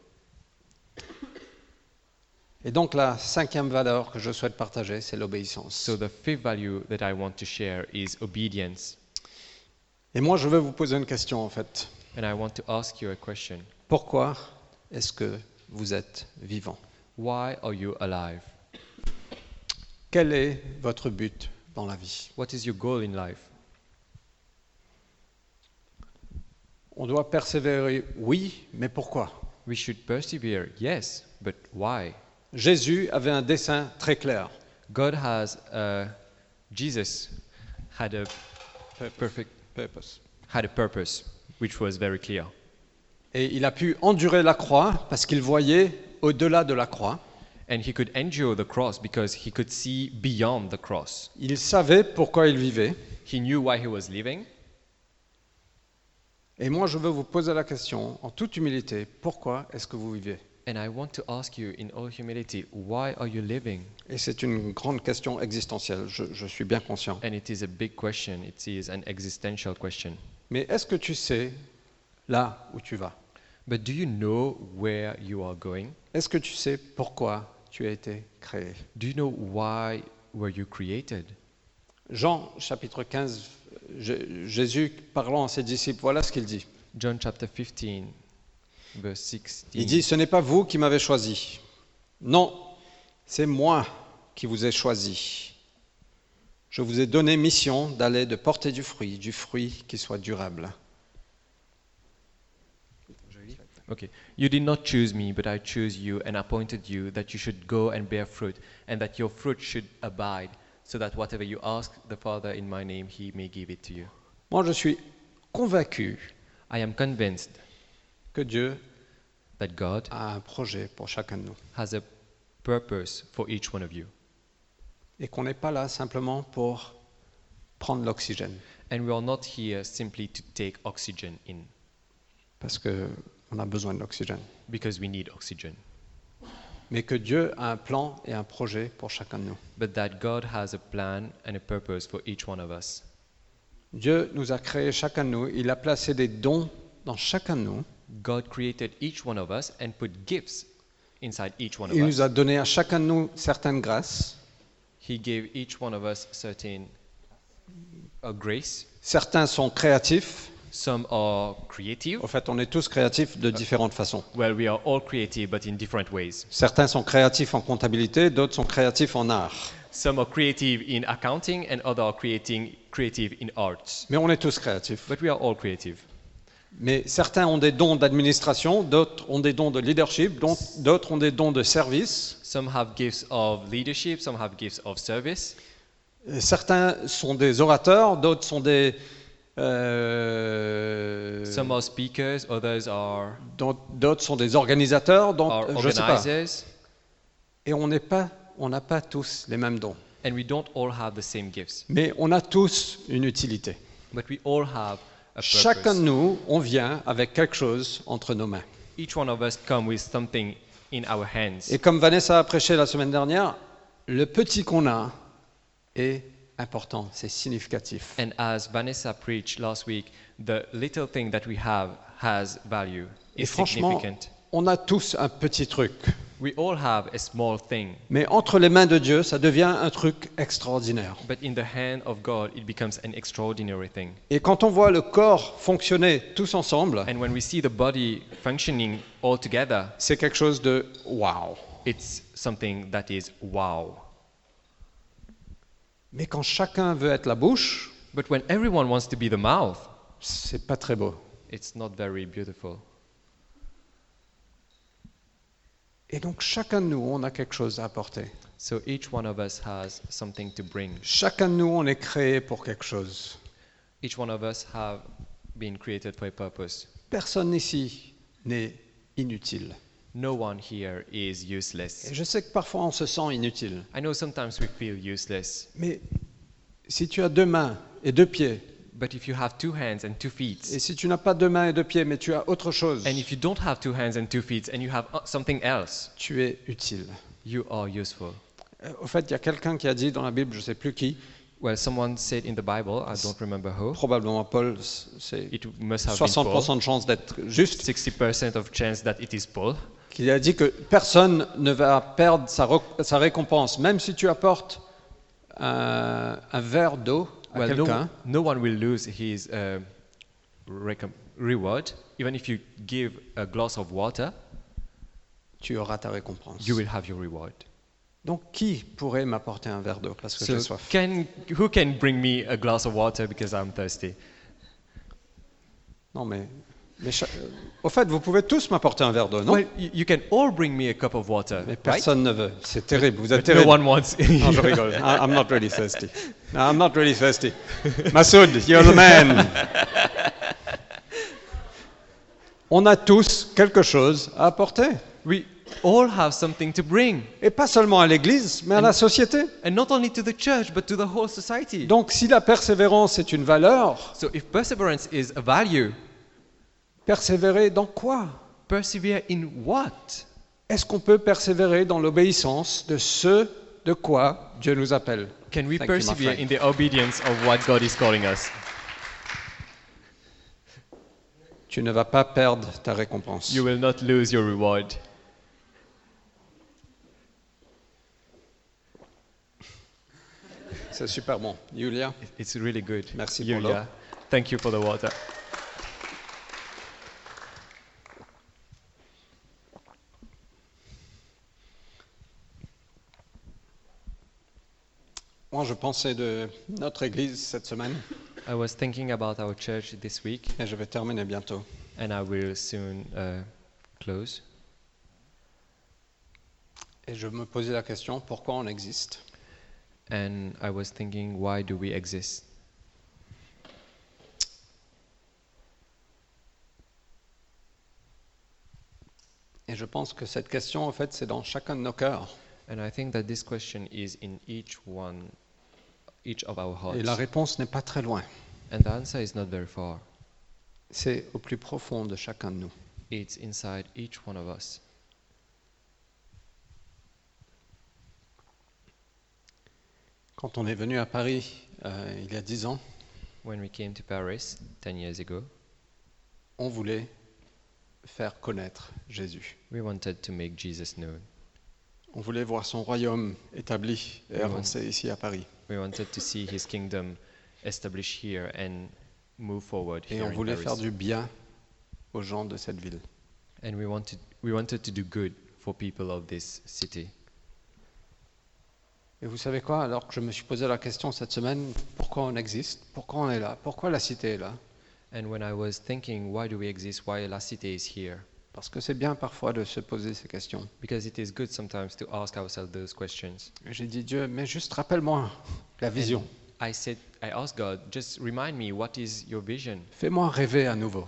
[SPEAKER 1] Et donc la cinquième valeur que je souhaite partager, c'est l'obéissance.
[SPEAKER 2] So the fifth value that I want to share is obedience.
[SPEAKER 1] Et moi, je veux vous poser une question en fait.
[SPEAKER 2] And I want to ask you a question.
[SPEAKER 1] Pourquoi est-ce que vous êtes vivant
[SPEAKER 2] Why are you alive?
[SPEAKER 1] Quel est votre but dans la vie
[SPEAKER 2] What is your goal in life?
[SPEAKER 1] On doit persévérer, oui, mais pourquoi
[SPEAKER 2] We should persevere, yes, but why?
[SPEAKER 1] Jésus avait un dessein très clair.
[SPEAKER 2] God has, uh, Jesus had a per- perfect, had a purpose, which was very clear.
[SPEAKER 1] Et il a pu endurer la croix parce qu'il voyait au-delà de la croix.
[SPEAKER 2] And he could endure the cross because he could see beyond the cross.
[SPEAKER 1] Il savait pourquoi il vivait.
[SPEAKER 2] He knew why he was living.
[SPEAKER 1] Et moi, je veux vous poser la question, en toute humilité, pourquoi est-ce que vous vivez
[SPEAKER 2] And I want to ask you in all humility, why are you living?
[SPEAKER 1] Et c'est une grande question existentielle, je, je suis bien conscient.
[SPEAKER 2] And it is a big question. It is an existential question.
[SPEAKER 1] Mais est-ce que tu sais là où tu vas
[SPEAKER 2] But do you know where you are going?
[SPEAKER 1] Est-ce que tu sais pourquoi tu as été créé
[SPEAKER 2] Do you know why were you created?
[SPEAKER 1] Jean chapitre 15, J- Jésus parlant à ses disciples, voilà ce qu'il dit.
[SPEAKER 2] John chapter 15, verse 16.
[SPEAKER 1] Il dit, ce n'est pas vous qui m'avez choisi. Non, c'est moi qui vous ai choisi. Je vous ai donné mission d'aller de porter du fruit, du fruit qui soit durable.
[SPEAKER 2] Okay. You did not choose me, but I chose you and appointed you that you should go and bear fruit, and that your fruit should abide, so that whatever you ask the Father in my name, he may give it to you.
[SPEAKER 1] Moi, je suis convaincu
[SPEAKER 2] I am convinced
[SPEAKER 1] que Dieu
[SPEAKER 2] that God
[SPEAKER 1] a un projet pour chacun de nous
[SPEAKER 2] has a purpose for each one of you.
[SPEAKER 1] et qu'on n'est pas là simplement pour prendre l'oxygène
[SPEAKER 2] And we are not here simply to take oxygen in,
[SPEAKER 1] parce qu'on a besoin de l'oxygène,
[SPEAKER 2] because we need oxygen,
[SPEAKER 1] mais que Dieu a un plan et un projet pour chacun de nous.
[SPEAKER 2] but that God has a plan and a purpose for each one of us.
[SPEAKER 1] Dieu nous a créés chacun de nous, il a placé des dons dans chacun de nous,
[SPEAKER 2] God created each one of us and put gifts inside each one of
[SPEAKER 1] il
[SPEAKER 2] us.
[SPEAKER 1] nous a donné à chacun de nous certaines grâces,
[SPEAKER 2] He gave each one of us certain a uh, grace.
[SPEAKER 1] certains sont créatifs,
[SPEAKER 2] Some are creative.
[SPEAKER 1] En fait, on est tous créatifs de différentes façons.
[SPEAKER 2] Well, we are all creative, but in different ways.
[SPEAKER 1] Certains sont créatifs en comptabilité, d'autres sont créatifs en art.
[SPEAKER 2] Some are creative in accounting, and others are creating creative in arts.
[SPEAKER 1] Mais on est tous créatifs.
[SPEAKER 2] But we are all creative.
[SPEAKER 1] Mais certains ont des dons d'administration, d'autres ont des dons de leadership, dont- d'autres ont des dons de service.
[SPEAKER 2] Some have gifts of leadership. Some have gifts of service.
[SPEAKER 1] Et Certains sont des orateurs, d'autres sont des euh,
[SPEAKER 2] Some are speakers. Others are
[SPEAKER 1] dont- d'autres sont des organisateurs, dont
[SPEAKER 2] are
[SPEAKER 1] je sais pas.
[SPEAKER 2] organizers.
[SPEAKER 1] Et on n'est pas, on n'a pas tous les mêmes dons,
[SPEAKER 2] And we don't all have the same gifts,
[SPEAKER 1] mais on a tous une utilité.
[SPEAKER 2] but we all have a purpose.
[SPEAKER 1] Chacun de nous, on vient avec quelque chose entre nos mains.
[SPEAKER 2] Each one of us come with something in our hands.
[SPEAKER 1] Et comme Vanessa a prêché la semaine dernière, le petit qu'on a est important, c'est significatif.
[SPEAKER 2] And as Vanessa preached last week, the little thing that we have has value.
[SPEAKER 1] Et
[SPEAKER 2] It's
[SPEAKER 1] franchement,
[SPEAKER 2] significant.
[SPEAKER 1] on a tous un petit truc.
[SPEAKER 2] We all have a small thing,
[SPEAKER 1] Mais entre les mains de Dieu, ça devient un truc extraordinaire.
[SPEAKER 2] but in the hand of God, it becomes an extraordinary thing.
[SPEAKER 1] Et quand on voit le corps fonctionner tous ensemble,
[SPEAKER 2] And when we see the body functioning all together,
[SPEAKER 1] c'est quelque chose de waouh.
[SPEAKER 2] it's something that is wow.
[SPEAKER 1] Mais quand chacun veut être la bouche,
[SPEAKER 2] But when everyone wants to be the mouth,
[SPEAKER 1] c'est pas très beau.
[SPEAKER 2] it's not very beautiful.
[SPEAKER 1] Et donc chacun de nous, on a quelque chose à apporter.
[SPEAKER 2] So each one of us has something to bring.
[SPEAKER 1] Chacun de nous, on est créé pour quelque chose.
[SPEAKER 2] Each one of us have been created for a purpose.
[SPEAKER 1] Personne ici n'est inutile.
[SPEAKER 2] No one here is useless.
[SPEAKER 1] Et je sais que parfois on se sent inutile.
[SPEAKER 2] I know sometimes we feel useless,
[SPEAKER 1] Mais si tu as deux mains et deux pieds,
[SPEAKER 2] but if you have two hands and two
[SPEAKER 1] et
[SPEAKER 2] feet,
[SPEAKER 1] si tu n'as pas deux mains et deux pieds, mais tu as autre chose,
[SPEAKER 2] and if you don't have two hands and two feet and you have uh, something else,
[SPEAKER 1] tu es utile.
[SPEAKER 2] you are useful.
[SPEAKER 1] Euh, Au fait, il y a quelqu'un qui a dit dans la Bible, je ne sais plus qui,
[SPEAKER 2] Well, someone said in the Bible, I don't remember who,
[SPEAKER 1] probablement Paul, c'est
[SPEAKER 2] it must have been Paul,
[SPEAKER 1] 60% de chance d'être juste,
[SPEAKER 2] 60% of chance that it is Paul,
[SPEAKER 1] qui a dit que personne ne va perdre sa, rec- sa récompense, même si tu apportes un, un verre d'eau bah, à
[SPEAKER 2] Well,
[SPEAKER 1] quelqu'un.
[SPEAKER 2] no, no one will lose his uh, recom- reward. Even if you give a glass of water,
[SPEAKER 1] Tu auras ta récompense.
[SPEAKER 2] you will have your reward.
[SPEAKER 1] Donc, qui pourrait m'apporter un verre d'eau parce que j'ai
[SPEAKER 2] So
[SPEAKER 1] soif
[SPEAKER 2] can, who can bring me a glass of water because I'm thirsty?
[SPEAKER 1] Non, mais. mais cha- euh, Au fait, vous pouvez tous m'apporter un verre d'eau, non
[SPEAKER 2] Well, you, you can all bring me a cup of water,
[SPEAKER 1] Mais
[SPEAKER 2] right?
[SPEAKER 1] personne ne veut. C'est terrible. Vous êtes
[SPEAKER 2] But no
[SPEAKER 1] terrible.
[SPEAKER 2] one wants.
[SPEAKER 1] Non, je rigole. I- I'm not really thirsty. No, I'm not really thirsty. Massoud, you're the man. On a tous quelque chose à apporter.
[SPEAKER 2] we all have something to bring,
[SPEAKER 1] Et pas seulement à l'Église, mais à la société.
[SPEAKER 2] and not only to the church but to the whole society.
[SPEAKER 1] Donc si la persévérance est une valeur,
[SPEAKER 2] So if perseverance is a value,
[SPEAKER 1] persévérer dans quoi
[SPEAKER 2] persevere in what?
[SPEAKER 1] Est-ce qu'on peut persévérer dans l'obéissance de ce de quoi Dieu nous appelle Thank
[SPEAKER 2] Can we
[SPEAKER 1] you, my
[SPEAKER 2] persevere
[SPEAKER 1] friend.
[SPEAKER 2] in the obedience of what God is calling us?
[SPEAKER 1] Tu ne vas pas perdre ta récompense.
[SPEAKER 2] You will not lose your reward.
[SPEAKER 1] C'est super bon. Julia
[SPEAKER 2] It's really good.
[SPEAKER 1] Merci pour
[SPEAKER 2] Yulia. Thank you for the water.
[SPEAKER 1] Moi, je pensais de notre Église cette semaine,
[SPEAKER 2] I was thinking about our church this week,
[SPEAKER 1] et je vais terminer bientôt.
[SPEAKER 2] and I will soon uh, close.
[SPEAKER 1] Et je me posais la question, pourquoi on existe
[SPEAKER 2] And I was thinking, why do we exist?
[SPEAKER 1] Et je pense que cette question, en fait, c'est dans chacun de nos cœurs.
[SPEAKER 2] And I think that this question is in each one, each of our hearts.
[SPEAKER 1] Et la réponse n'est pas très loin.
[SPEAKER 2] And the answer is not very far.
[SPEAKER 1] C'est au plus profond de chacun de nous.
[SPEAKER 2] It's inside each one of us.
[SPEAKER 1] Quand on est venu à Paris euh, il y a dix ans,
[SPEAKER 2] When we came to Paris 10 years ago,
[SPEAKER 1] on voulait faire connaître Jésus.
[SPEAKER 2] we wanted to make Jesus known.
[SPEAKER 1] On voulait voir son royaume établi et
[SPEAKER 2] Oui.
[SPEAKER 1] avancé ici à Paris.
[SPEAKER 2] We wanted to see his kingdom established here and move forward
[SPEAKER 1] Et
[SPEAKER 2] here
[SPEAKER 1] on
[SPEAKER 2] in
[SPEAKER 1] voulait faire
[SPEAKER 2] Paris.
[SPEAKER 1] du bien aux gens de cette ville.
[SPEAKER 2] And we wanted, we wanted to do good for people of this city.
[SPEAKER 1] Et vous savez quoi Alors que je me suis posé la question cette semaine, pourquoi on existe Pourquoi on est là Pourquoi la cité est là
[SPEAKER 2] And when I was thinking, why do we exist? Why La Cité is here?
[SPEAKER 1] Parce que c'est bien parfois de se poser ces questions.
[SPEAKER 2] Because it is good sometimes to ask ourselves those questions.
[SPEAKER 1] Et J'ai dit, Dieu, mais juste rappelle-moi la vision.
[SPEAKER 2] I said, I asked God, just remind me, what is your vision?
[SPEAKER 1] Fais-moi rêver à nouveau.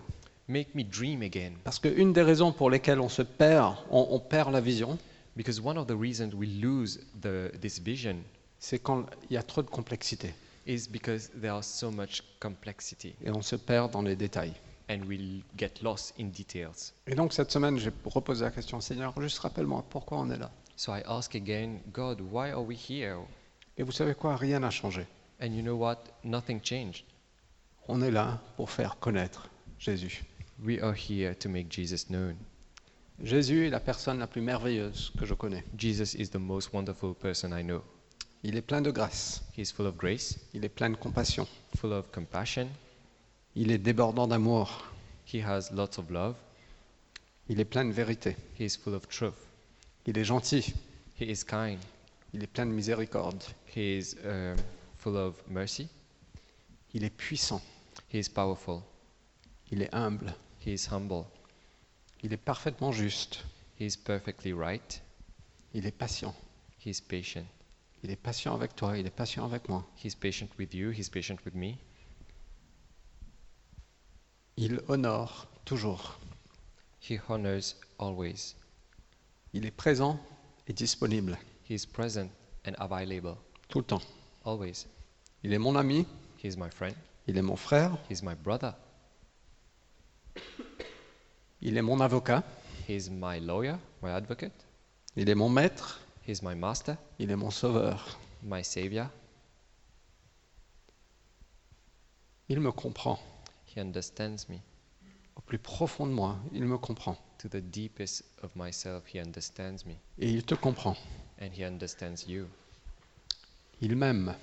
[SPEAKER 2] Make me dream again.
[SPEAKER 1] Parce qu'une des raisons pour lesquelles on se perd, on, on perd la vision,
[SPEAKER 2] Because one of the reasons we lose the, this vision
[SPEAKER 1] c'est quand il y a trop de complexité.
[SPEAKER 2] is because there are so much complexity
[SPEAKER 1] Et on se perd dans les détails.
[SPEAKER 2] and we l- get lost in details.
[SPEAKER 1] Et donc cette semaine, j'ai reposé la question, Seigneur, juste rappelle-moi pourquoi on est là.
[SPEAKER 2] So I ask again, God, why are we here?
[SPEAKER 1] Et vous savez quoi Rien n'a changé.
[SPEAKER 2] And you know what? Nothing changed.
[SPEAKER 1] On est là pour faire connaître Jésus.
[SPEAKER 2] We are here to make Jesus known.
[SPEAKER 1] Jésus est la personne la plus merveilleuse que je connais.
[SPEAKER 2] Jesus is the most wonderful person I know.
[SPEAKER 1] Il est plein de grâce,
[SPEAKER 2] He is full of grace,
[SPEAKER 1] il est plein de compassion,
[SPEAKER 2] full of compassion.
[SPEAKER 1] il est débordant d'amour,
[SPEAKER 2] He has lots of love.
[SPEAKER 1] il est plein de vérité,
[SPEAKER 2] He is full of truth.
[SPEAKER 1] il est gentil,
[SPEAKER 2] He is kind.
[SPEAKER 1] il est plein de miséricorde,
[SPEAKER 2] He is um, full of mercy.
[SPEAKER 1] il est puissant,
[SPEAKER 2] He is powerful.
[SPEAKER 1] il est humble,
[SPEAKER 2] He is humble.
[SPEAKER 1] il est parfaitement juste,
[SPEAKER 2] He is perfectly right.
[SPEAKER 1] il est patient.
[SPEAKER 2] He is patient.
[SPEAKER 1] Il est patient avec toi, il est patient avec moi.
[SPEAKER 2] He's patient with you. He's patient with me.
[SPEAKER 1] Il honore toujours.
[SPEAKER 2] He honors always.
[SPEAKER 1] Il est présent et disponible
[SPEAKER 2] He is present and available
[SPEAKER 1] tout le temps.
[SPEAKER 2] always.
[SPEAKER 1] Il est mon ami,
[SPEAKER 2] He is my friend.
[SPEAKER 1] il est mon frère,
[SPEAKER 2] He is my brother.
[SPEAKER 1] il est mon avocat,
[SPEAKER 2] He is my lawyer, my advocate.
[SPEAKER 1] il est mon maître,
[SPEAKER 2] He is my master,
[SPEAKER 1] il est mon sauveur.
[SPEAKER 2] my savior.
[SPEAKER 1] Il me comprend.
[SPEAKER 2] He understands me.
[SPEAKER 1] Au plus profond de moi, il me comprend.
[SPEAKER 2] To the deepest of myself, he understands me.
[SPEAKER 1] Et il te comprend.
[SPEAKER 2] And he understands you.
[SPEAKER 1] Il m'aime.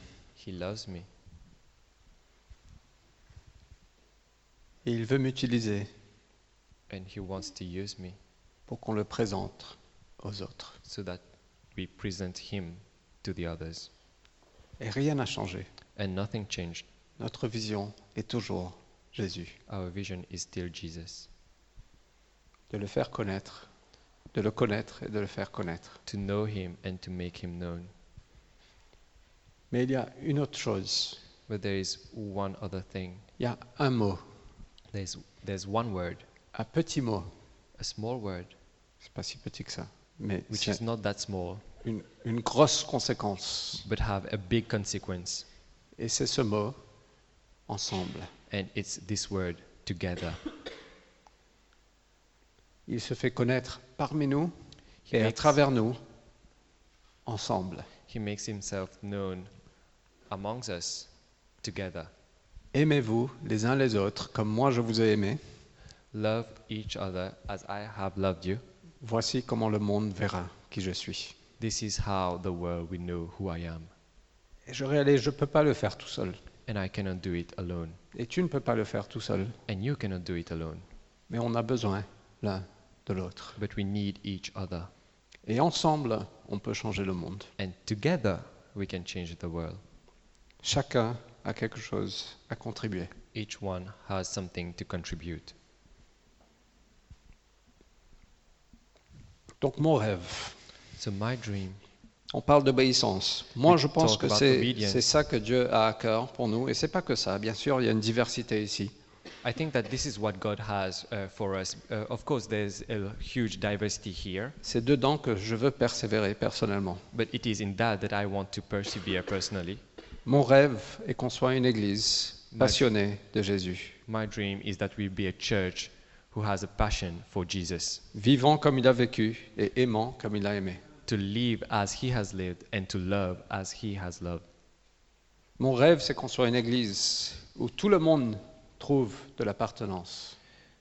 [SPEAKER 2] He loves me.
[SPEAKER 1] Et il veut m'utiliser
[SPEAKER 2] And he wants to use me
[SPEAKER 1] pour qu'on le présente aux autres.
[SPEAKER 2] so that we present him to the others.
[SPEAKER 1] Et rien n'a changé.
[SPEAKER 2] And nothing changed.
[SPEAKER 1] Notre vision est toujours Jésus.
[SPEAKER 2] Our vision is still Jesus.
[SPEAKER 1] De le faire connaître, de le connaître et de le faire connaître.
[SPEAKER 2] to know him and to make him known.
[SPEAKER 1] Mais il y a une autre chose.
[SPEAKER 2] But there is one other thing.
[SPEAKER 1] Il y a un mot,
[SPEAKER 2] There's there's one word,
[SPEAKER 1] un petit mot.
[SPEAKER 2] a small word,
[SPEAKER 1] C'est pas si petit que ça, mais
[SPEAKER 2] which
[SPEAKER 1] c'est
[SPEAKER 2] is not that small,
[SPEAKER 1] une, une grosse conséquence.
[SPEAKER 2] but have a big consequence.
[SPEAKER 1] Et c'est ce mot, ensemble.
[SPEAKER 2] And it's this word together.
[SPEAKER 1] Il se fait connaître parmi nous
[SPEAKER 2] He,
[SPEAKER 1] et à
[SPEAKER 2] makes,
[SPEAKER 1] travers nous, ensemble.
[SPEAKER 2] he makes himself known amongst us together.
[SPEAKER 1] Aimez-vous les uns les autres comme moi je vous ai aimé.
[SPEAKER 2] Love each other as I have loved you.
[SPEAKER 1] Voici comment le monde verra qui je suis.
[SPEAKER 2] This is how the world will know who I am.
[SPEAKER 1] Et je réalise, je ne peux pas le faire tout seul.
[SPEAKER 2] And I cannot do it alone.
[SPEAKER 1] Et tu ne peux pas le faire tout seul.
[SPEAKER 2] And you cannot do it alone.
[SPEAKER 1] Mais on a besoin l'un de l'autre.
[SPEAKER 2] But we need each other.
[SPEAKER 1] Et ensemble, on peut changer le monde.
[SPEAKER 2] And together we can change the world.
[SPEAKER 1] Chacun a quelque chose à contribuer.
[SPEAKER 2] Each one has something to contribute.
[SPEAKER 1] Donc mon rêve,
[SPEAKER 2] So my dream,
[SPEAKER 1] on parle d'obéissance. Moi,
[SPEAKER 2] We
[SPEAKER 1] je pense
[SPEAKER 2] talk
[SPEAKER 1] que
[SPEAKER 2] about
[SPEAKER 1] c'est
[SPEAKER 2] obedience.
[SPEAKER 1] c'est ça que Dieu a à cœur pour nous. Et c'est pas que ça. Bien sûr, il y a une diversité ici.
[SPEAKER 2] I think that this is what God has uh, for us. Uh, of course, there's a huge diversity here,
[SPEAKER 1] C'est dedans que je veux persévérer personnellement.
[SPEAKER 2] but it is in that that I want to persevere personally.
[SPEAKER 1] Mon rêve est qu'on soit une église passionnée de Jésus,
[SPEAKER 2] My dream is that we be a church who has a passion for Jesus,
[SPEAKER 1] vivant comme il a vécu et aimant comme il a aimé.
[SPEAKER 2] to live as He has lived and to love as He has loved.
[SPEAKER 1] Mon rêve, c'est qu'on soit une église où tout le monde trouve de l'appartenance.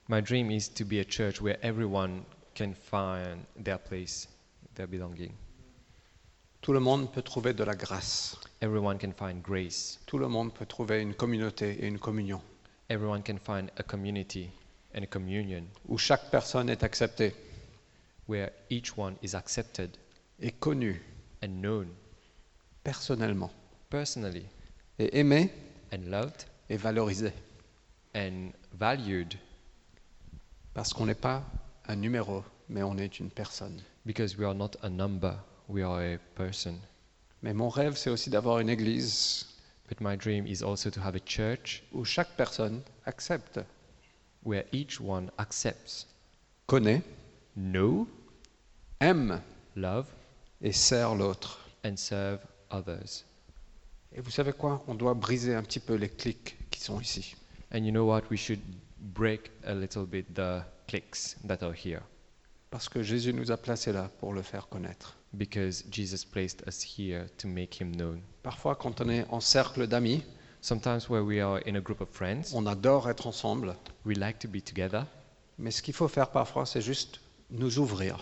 [SPEAKER 2] My dream is to be a church where everyone can find their place, their belonging.
[SPEAKER 1] Tout le monde peut trouver de la grâce.
[SPEAKER 2] Everyone can find grace.
[SPEAKER 1] Tout le monde peut trouver une communauté et une communion.
[SPEAKER 2] everyone can find a community and a communion
[SPEAKER 1] où chaque personne est acceptée
[SPEAKER 2] where each one is accepted
[SPEAKER 1] et connue
[SPEAKER 2] and known
[SPEAKER 1] personnellement
[SPEAKER 2] personally
[SPEAKER 1] et aimée
[SPEAKER 2] and loved
[SPEAKER 1] et valorisée
[SPEAKER 2] and valued
[SPEAKER 1] parce qu'on n'est pas un numéro, mais on est une personne.
[SPEAKER 2] because we are not a number, we are a person.
[SPEAKER 1] Mais mon rêve, c'est aussi d'avoir une église
[SPEAKER 2] But my dream is also to have a church
[SPEAKER 1] où chaque personne accepte,
[SPEAKER 2] where each one accepts,
[SPEAKER 1] connaît,
[SPEAKER 2] know,
[SPEAKER 1] aime
[SPEAKER 2] love,
[SPEAKER 1] et sert l'autre.
[SPEAKER 2] and serve others.
[SPEAKER 1] Et vous savez quoi On doit briser un petit peu les clics qui sont ici.
[SPEAKER 2] And you know what? We should break a little bit the cliques that are here
[SPEAKER 1] Parce que Jésus nous a placés là pour le faire connaître.
[SPEAKER 2] because Jesus placed us here to make him known.
[SPEAKER 1] Parfois, quand on est en cercle d'amis,
[SPEAKER 2] Sometimes, where we are in a group of friends,
[SPEAKER 1] on adore être ensemble.
[SPEAKER 2] we like to be together,
[SPEAKER 1] Mais ce qu'il faut faire parfois, c'est juste nous ouvrir.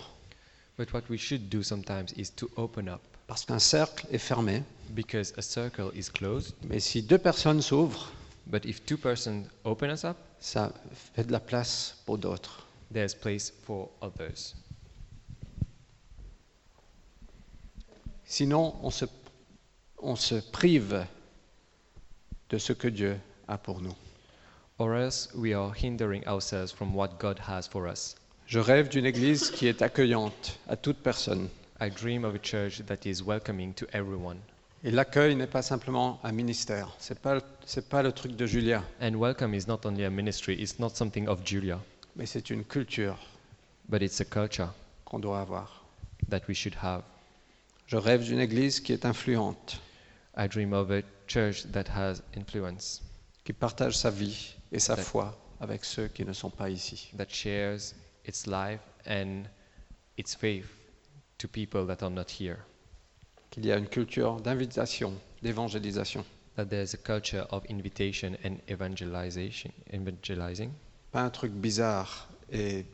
[SPEAKER 2] but what we should do sometimes is to open up
[SPEAKER 1] Parce qu'un cercle est fermé.
[SPEAKER 2] because a circle is closed.
[SPEAKER 1] Mais si deux personnes s'ouvrent,
[SPEAKER 2] But if two persons open us up,
[SPEAKER 1] ça fait de la place pour d'autres.
[SPEAKER 2] there's place for others.
[SPEAKER 1] Sinon, on se, on se prive de ce que Dieu a pour nous.
[SPEAKER 2] Or else we are hindering ourselves from what God has for us.
[SPEAKER 1] Je rêve d'une église qui est accueillante à toute personne.
[SPEAKER 2] I dream of a church that is welcoming to everyone.
[SPEAKER 1] Et l'accueil n'est pas simplement un ministère. C'est pas c'est pas le truc de Julien,
[SPEAKER 2] And welcome is not only a ministry, it's not something of Julia,
[SPEAKER 1] mais c'est une culture
[SPEAKER 2] but it's a culture
[SPEAKER 1] qu'on doit avoir.
[SPEAKER 2] that we should have.
[SPEAKER 1] Je rêve d'une église qui est influente,
[SPEAKER 2] I dream of a church that has influence,
[SPEAKER 1] qui partage sa vie et sa
[SPEAKER 2] D'accord.
[SPEAKER 1] foi avec ceux qui ne sont pas ici.
[SPEAKER 2] that shares its life and its faith to people that are not here.
[SPEAKER 1] Qu'il y a une culture d'invitation, d'évangélisation.
[SPEAKER 2] That there's a culture of invitation and evangelization, evangelizing,
[SPEAKER 1] Pas un truc bizarre et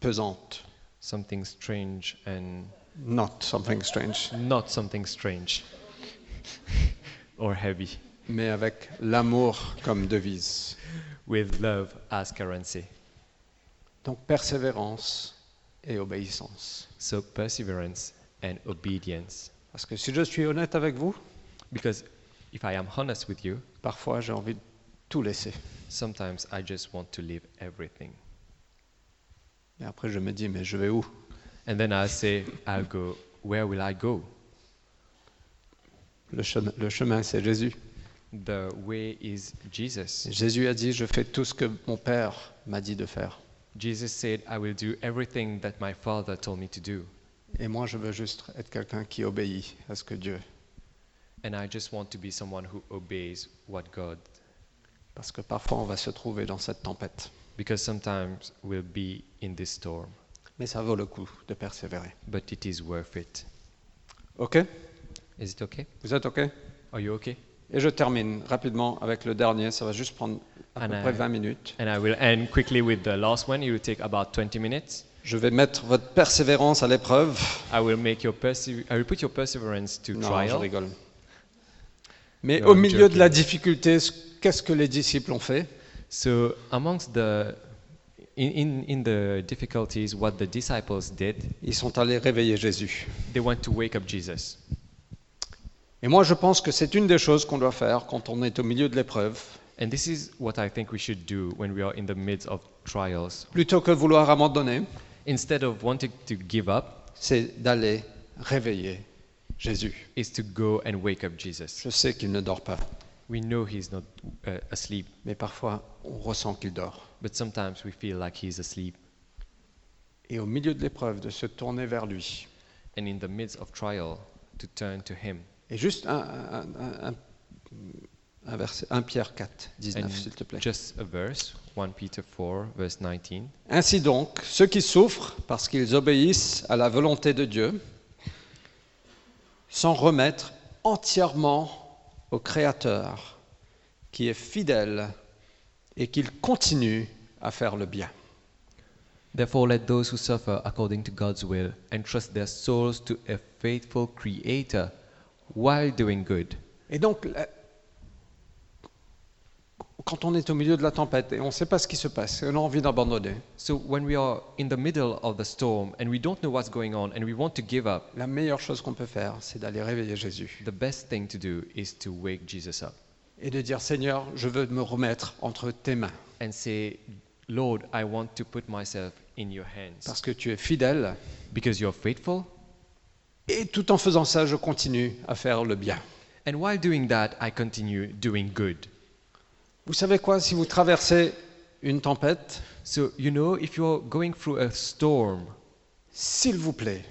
[SPEAKER 1] pesante.
[SPEAKER 2] something strange and
[SPEAKER 1] Not something strange.
[SPEAKER 2] not something strange or heavy,
[SPEAKER 1] mais avec l'amour comme devise.
[SPEAKER 2] with love as currency.
[SPEAKER 1] Donc persévérance et obéissance.
[SPEAKER 2] So perseverance and obedience.
[SPEAKER 1] Parce que si je suis honnête avec vous,
[SPEAKER 2] Because if I am honest with you,
[SPEAKER 1] parfois j'ai envie de tout laisser.
[SPEAKER 2] sometimes I just want to leave everything.
[SPEAKER 1] Et après je me dis, mais je vais où
[SPEAKER 2] And then I say, I'll go, where will I go?
[SPEAKER 1] le chemin, le chemin, c'est Jésus.
[SPEAKER 2] The way is Jesus.
[SPEAKER 1] Jésus a dit, je fais tout ce que mon Père m'a dit de faire.
[SPEAKER 2] Jesus said, I will do everything that my Father told me to do.
[SPEAKER 1] Et moi, je veux juste être quelqu'un qui obéit à ce que Dieu.
[SPEAKER 2] And I just want to be someone who obeys what God.
[SPEAKER 1] Parce que parfois, on va se trouver dans cette tempête.
[SPEAKER 2] Because sometimes we'll be in this storm,
[SPEAKER 1] Mais ça vaut le coup de persévérer.
[SPEAKER 2] but it is worth it.
[SPEAKER 1] OK
[SPEAKER 2] Is it okay?
[SPEAKER 1] Vous êtes OK
[SPEAKER 2] Are you okay?
[SPEAKER 1] Et je termine rapidement avec le dernier. Ça va juste prendre à peu
[SPEAKER 2] Anna.
[SPEAKER 1] près 20 minutes.
[SPEAKER 2] And I will end quickly with the last one. It will take about 20 minutes.
[SPEAKER 1] Je vais mettre votre persévérance à l'épreuve.
[SPEAKER 2] I will make your perse- I will put your perseverance to
[SPEAKER 1] Non, je
[SPEAKER 2] trial.
[SPEAKER 1] rigole. Mais
[SPEAKER 2] No,
[SPEAKER 1] au
[SPEAKER 2] I'm
[SPEAKER 1] milieu de
[SPEAKER 2] joking.
[SPEAKER 1] la difficulté, ce- qu'est-ce que les disciples ont fait
[SPEAKER 2] So amongst the in, in, in the difficulties, what the disciples did,
[SPEAKER 1] Ils sont allés réveiller Jésus.
[SPEAKER 2] they went to wake up Jesus.
[SPEAKER 1] Et moi, je pense que c'est une des choses qu'on doit faire quand on est au milieu de l'épreuve.
[SPEAKER 2] And this is what I think we should do when we are in the midst of trials.
[SPEAKER 1] Plutôt que vouloir abandonner,
[SPEAKER 2] Instead of wanting to give up,
[SPEAKER 1] c'est d'aller réveiller Jésus.
[SPEAKER 2] is to go and wake up Jesus.
[SPEAKER 1] Je sais qu'il ne dort pas,
[SPEAKER 2] We know he's not uh, asleep,
[SPEAKER 1] mais parfois on ressent qu'il dort.
[SPEAKER 2] but sometimes we feel like he's asleep.
[SPEAKER 1] Et au milieu de l'épreuve, de se tourner vers lui.
[SPEAKER 2] And in the midst of trial, to turn to him.
[SPEAKER 1] Et juste un, un- un- un- un verset, 1 Pierre 4, 19, s'il te plaît.
[SPEAKER 2] Just a verse, 1 Peter 4, verse 19.
[SPEAKER 1] Ainsi donc, ceux qui souffrent parce qu'ils obéissent à la volonté de Dieu, s'en remettre entièrement au Créateur, qui est fidèle et qu'il continue à faire le bien.
[SPEAKER 2] Therefore, let those who suffer according to God's will entrust their souls to a faithful Creator while doing good.
[SPEAKER 1] Et donc, la- quand on est au milieu de la tempête et on ne sait pas ce qui se passe et on a envie d'abandonner,
[SPEAKER 2] So when we are in the middle of the storm and we don't know what's going on and we want to give up,
[SPEAKER 1] la meilleure chose qu'on peut faire, c'est d'aller réveiller Jésus
[SPEAKER 2] the best thing to do is to wake Jesus up
[SPEAKER 1] et de dire Seigneur, je veux me remettre entre tes mains
[SPEAKER 2] and say, Lord, I want to put myself in your hands
[SPEAKER 1] parce que tu es fidèle
[SPEAKER 2] because you're faithful.
[SPEAKER 1] et tout en faisant ça, je continue à faire le bien.
[SPEAKER 2] And while doing that, I continue doing good.
[SPEAKER 1] Vous savez quoi, si vous traversez une tempête,
[SPEAKER 2] So, you know, if you're going through a storm,
[SPEAKER 1] s'il vous plaît,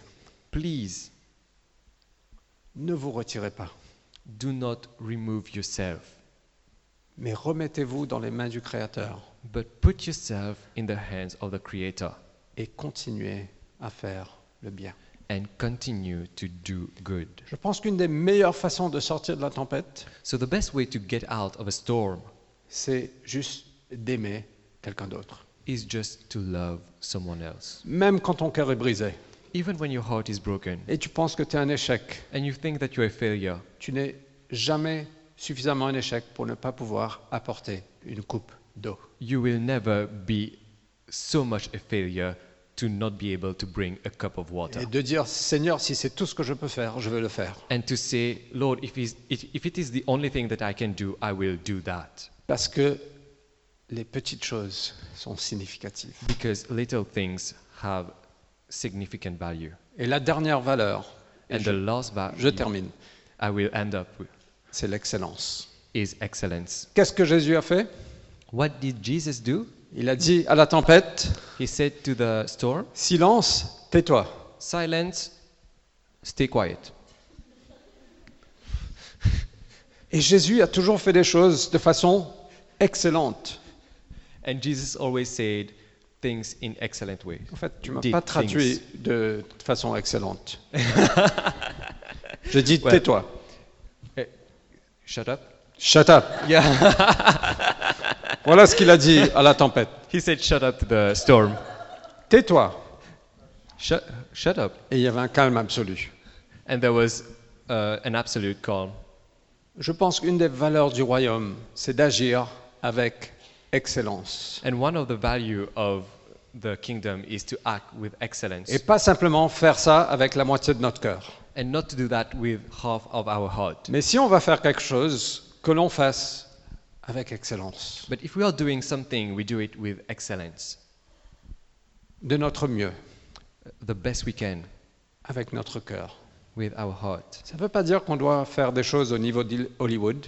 [SPEAKER 2] please
[SPEAKER 1] ne vous retirez pas,
[SPEAKER 2] do not remove yourself,
[SPEAKER 1] mais remettez-vous dans les mains du Créateur
[SPEAKER 2] but put yourself in the hands of the Creator
[SPEAKER 1] et continuez à faire le bien.
[SPEAKER 2] and continue to do good.
[SPEAKER 1] Je pense qu'une des meilleures façons de sortir de la tempête,
[SPEAKER 2] So, the best way to get out of a storm
[SPEAKER 1] c'est juste d'aimer quelqu'un d'autre.
[SPEAKER 2] is just to love someone else.
[SPEAKER 1] Même quand ton cœur est brisé
[SPEAKER 2] Even when your heart is broken
[SPEAKER 1] et tu penses que tu es un échec,
[SPEAKER 2] and you think that you're a failure,
[SPEAKER 1] tu n'es jamais suffisamment un échec pour ne pas pouvoir apporter une coupe d'eau.
[SPEAKER 2] you will never be so much a failure to not be able to bring a cup of water.
[SPEAKER 1] Et de dire, Seigneur, si c'est tout ce que je peux faire, je vais le faire.
[SPEAKER 2] and to say, Lord, if, is- if if it is the only thing that I can do, I will do that.
[SPEAKER 1] Parce que les petites choses sont significatives.
[SPEAKER 2] Because little things have significant value.
[SPEAKER 1] Et la dernière valeur, et
[SPEAKER 2] And
[SPEAKER 1] je,
[SPEAKER 2] the last value
[SPEAKER 1] je termine,
[SPEAKER 2] I will end up with
[SPEAKER 1] c'est l'excellence.
[SPEAKER 2] is excellence.
[SPEAKER 1] Qu'est-ce que Jésus a fait
[SPEAKER 2] What did Jesus do?
[SPEAKER 1] Il a dit à la tempête,
[SPEAKER 2] He said to the storm,
[SPEAKER 1] silence, tais-toi.
[SPEAKER 2] Silence, stay quiet.
[SPEAKER 1] Et Jésus a toujours fait des choses de façon excellente.
[SPEAKER 2] And Jesus always said things in excellent way.
[SPEAKER 1] En fait, tu m'as
[SPEAKER 2] Did
[SPEAKER 1] pas
[SPEAKER 2] things.
[SPEAKER 1] traduit de façon excellente. J'ai dit
[SPEAKER 2] Ouais.
[SPEAKER 1] tais-toi.
[SPEAKER 2] Eh, shut up.
[SPEAKER 1] Shut up.
[SPEAKER 2] Yeah.
[SPEAKER 1] Voilà ce qu'il a dit à la tempête.
[SPEAKER 2] He said, shut up to the storm.
[SPEAKER 1] Tais-toi.
[SPEAKER 2] Shut, shut up.
[SPEAKER 1] Et il y avait un calme absolu.
[SPEAKER 2] And there was uh, an absolute calm.
[SPEAKER 1] Je pense qu'une des valeurs du royaume, c'est d'agir avec excellence.
[SPEAKER 2] And one of the value of the kingdom is to act with excellence
[SPEAKER 1] Et pas simplement faire ça avec la moitié de notre cœur.
[SPEAKER 2] and not to do that with half of our heart.
[SPEAKER 1] Mais si on va faire quelque chose, que l'on fasse avec excellence,
[SPEAKER 2] But if we are doing something, we do it with excellence,
[SPEAKER 1] de notre mieux,
[SPEAKER 2] the best we can
[SPEAKER 1] avec notre cœur.
[SPEAKER 2] with our heart.
[SPEAKER 1] Ça ne veut pas dire qu'on doit faire des choses au niveau d'Hollywood,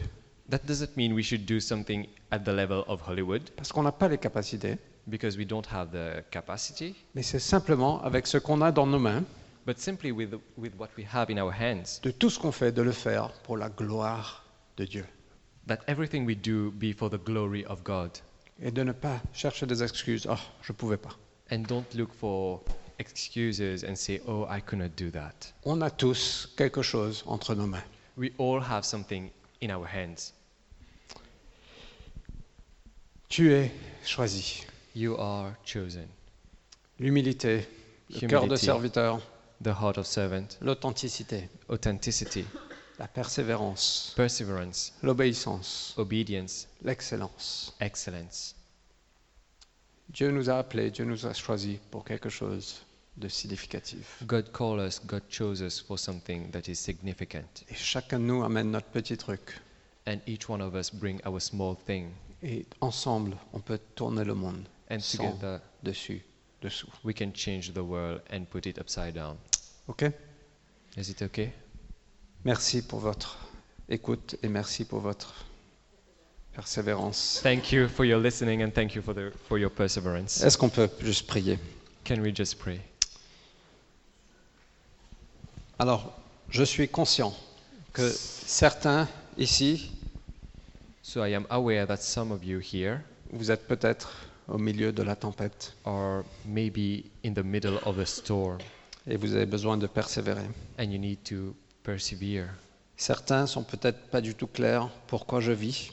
[SPEAKER 2] That doesn't mean we should do something at the level of Hollywood
[SPEAKER 1] parce qu'on n'a pas les capacités,
[SPEAKER 2] because we don't have the capacity,
[SPEAKER 1] mais c'est simplement avec ce qu'on a dans nos mains,
[SPEAKER 2] but simply with, with what we have in our hands,
[SPEAKER 1] de tout ce qu'on fait, de le faire pour la gloire de Dieu.
[SPEAKER 2] that everything we do be for the glory of God
[SPEAKER 1] Et de ne pas chercher des excuses, oh, je ne pouvais pas.
[SPEAKER 2] and don't look for excuses and say, oh, I could not do that.
[SPEAKER 1] On a tous quelque chose entre nos mains.
[SPEAKER 2] We all have something in our hands.
[SPEAKER 1] Tu es choisi.
[SPEAKER 2] You are chosen.
[SPEAKER 1] L'humilité, le
[SPEAKER 2] Humility.
[SPEAKER 1] cœur de serviteur,
[SPEAKER 2] The heart of servant,
[SPEAKER 1] l'authenticité,
[SPEAKER 2] authenticity,
[SPEAKER 1] la persévérance,
[SPEAKER 2] perseverance,
[SPEAKER 1] l'obéissance,
[SPEAKER 2] obedience,
[SPEAKER 1] l'excellence.
[SPEAKER 2] excellence.
[SPEAKER 1] Dieu nous a appelés, Dieu nous a choisis pour quelque chose de significatif.
[SPEAKER 2] God called us, God chose us for something that is significant.
[SPEAKER 1] Et chacun de nous amène notre petit truc.
[SPEAKER 2] And each one of us bring our small thing.
[SPEAKER 1] Et ensemble, on peut tourner le monde
[SPEAKER 2] And
[SPEAKER 1] sans
[SPEAKER 2] together
[SPEAKER 1] dessus, dessous.
[SPEAKER 2] we can change the world and put it upside down.
[SPEAKER 1] OK
[SPEAKER 2] Is it okay?
[SPEAKER 1] Merci pour votre écoute et merci pour votre persévérance.
[SPEAKER 2] Thank you for your listening and thank you for, the, for your perseverance.
[SPEAKER 1] Est-ce qu'on peut juste prier
[SPEAKER 2] Can we just pray?
[SPEAKER 1] Alors, je suis conscient que certains ici,
[SPEAKER 2] So I am aware that some of you here
[SPEAKER 1] vous êtes peut-être au milieu de la tempête
[SPEAKER 2] are maybe in the middle of a storm.
[SPEAKER 1] et vous avez besoin de persévérer.
[SPEAKER 2] and you need to persevere.
[SPEAKER 1] Certains sont peut-être pas du tout clairs pourquoi je vis.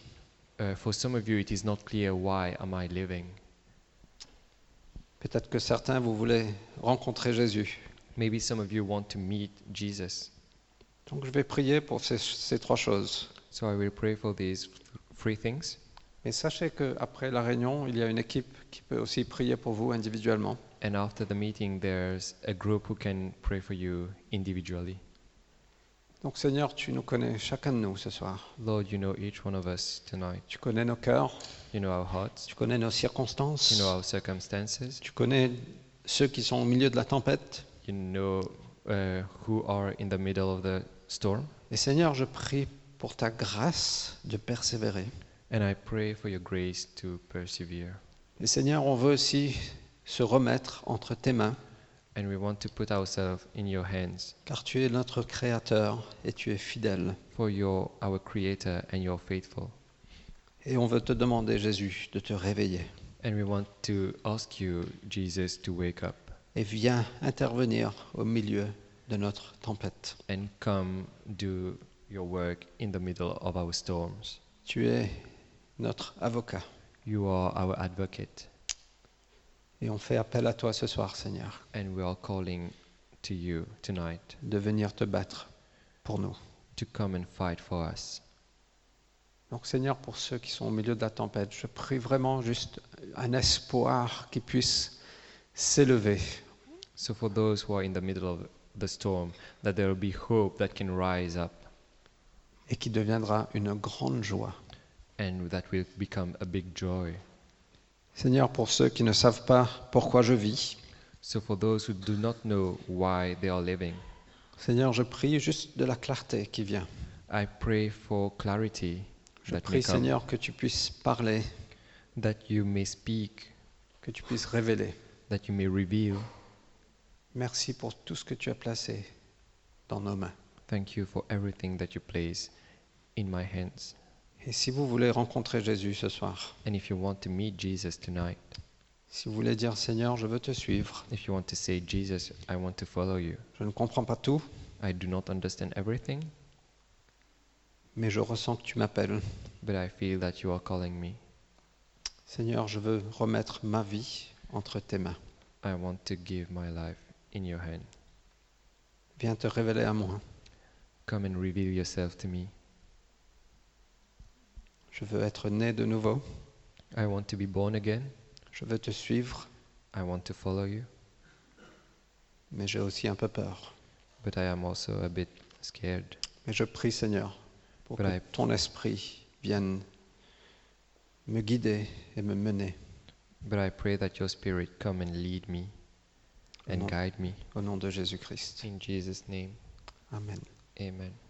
[SPEAKER 2] Uh, for some of you, it is not clear why am I living.
[SPEAKER 1] Peut-être que certains, vous voulez rencontrer Jésus.
[SPEAKER 2] Maybe some of you want to meet Jesus.
[SPEAKER 1] Donc je vais prier pour ces, ces trois choses.
[SPEAKER 2] So I will pray for these th- three things.
[SPEAKER 1] Mais sachez qu'après la réunion, il y a une équipe qui peut aussi prier pour vous individuellement.
[SPEAKER 2] And after the meeting, there's a group who can pray for you individually.
[SPEAKER 1] Donc Seigneur, tu nous connais chacun de nous ce soir.
[SPEAKER 2] Lord, you know each one of us tonight.
[SPEAKER 1] Tu connais nos cœurs,
[SPEAKER 2] You know our hearts,
[SPEAKER 1] tu connais nos circonstances,
[SPEAKER 2] you know our circumstances,
[SPEAKER 1] tu connais ceux qui sont au milieu de la tempête.
[SPEAKER 2] you know uh, who are in the middle of the storm.
[SPEAKER 1] Et Seigneur, je prie pour ta grâce de persévérer.
[SPEAKER 2] And I pray for your grace to persevere.
[SPEAKER 1] Et Seigneur, on veut aussi se remettre entre tes mains,
[SPEAKER 2] And we want to put ourselves in your hands,
[SPEAKER 1] car tu es notre Créateur et tu es fidèle.
[SPEAKER 2] for you're our Creator and you're faithful.
[SPEAKER 1] Et on veut te demander, Jésus, de te réveiller.
[SPEAKER 2] And we want to ask you, Jesus, to wake up
[SPEAKER 1] Et viens intervenir au milieu de notre tempête.
[SPEAKER 2] and come do your work in the middle of our storms.
[SPEAKER 1] Tu es notre avocat.
[SPEAKER 2] You are our advocate,
[SPEAKER 1] Et on fait appel à toi ce soir, Seigneur,
[SPEAKER 2] and we are calling to you tonight
[SPEAKER 1] de venir te battre pour nous.
[SPEAKER 2] to come and fight for us.
[SPEAKER 1] Donc Seigneur, pour ceux qui sont au milieu de la tempête, je prie vraiment juste un espoir qui puisse s'élever.
[SPEAKER 2] So, for those who are in the middle of the storm, that there will be hope that can rise up
[SPEAKER 1] et qui deviendra une grande joie.
[SPEAKER 2] and that will become a big joy.
[SPEAKER 1] Seigneur, pour ceux qui ne savent pas pourquoi je vis,
[SPEAKER 2] So, for those who do not know why they are living,
[SPEAKER 1] Seigneur, je prie juste de la clarté qui vient.
[SPEAKER 2] I pray for clarity
[SPEAKER 1] Je
[SPEAKER 2] that, may
[SPEAKER 1] prie,
[SPEAKER 2] come,
[SPEAKER 1] Seigneur, que tu puisses parler,
[SPEAKER 2] that you may speak,
[SPEAKER 1] que tu puisses révéler.
[SPEAKER 2] that you may reveal.
[SPEAKER 1] Merci pour tout ce que tu as placé dans nos mains.
[SPEAKER 2] Thank you for everything that you place in my hands.
[SPEAKER 1] Et si vous voulez rencontrer Jésus ce soir,
[SPEAKER 2] And if you want to meet Jesus tonight,
[SPEAKER 1] si vous voulez dire, Seigneur, je veux te suivre,
[SPEAKER 2] if you want to say, Jesus, I want to follow you,
[SPEAKER 1] je ne comprends pas tout,
[SPEAKER 2] I do not understand everything,
[SPEAKER 1] mais je ressens que tu m'appelles.
[SPEAKER 2] but I feel that you are calling me.
[SPEAKER 1] Seigneur, je veux remettre ma vie entre tes mains.
[SPEAKER 2] I want to give my life in your hand.
[SPEAKER 1] Viens te révéler à moi.
[SPEAKER 2] Come and reveal yourself to me.
[SPEAKER 1] Je veux être né de nouveau.
[SPEAKER 2] I want to be born again.
[SPEAKER 1] Je veux te suivre.
[SPEAKER 2] I want to follow you,
[SPEAKER 1] mais j'ai aussi un peu peur.
[SPEAKER 2] but I am also a bit scared.
[SPEAKER 1] Mais je prie, Seigneur, pour que
[SPEAKER 2] Voilà.
[SPEAKER 1] ton esprit vienne me guider et me mener
[SPEAKER 2] But I pray that your spirit come and lead me and
[SPEAKER 1] Amen.
[SPEAKER 2] guide me.
[SPEAKER 1] au nom de Jésus-Christ.
[SPEAKER 2] In Jesus' name,
[SPEAKER 1] Amen.
[SPEAKER 2] amen.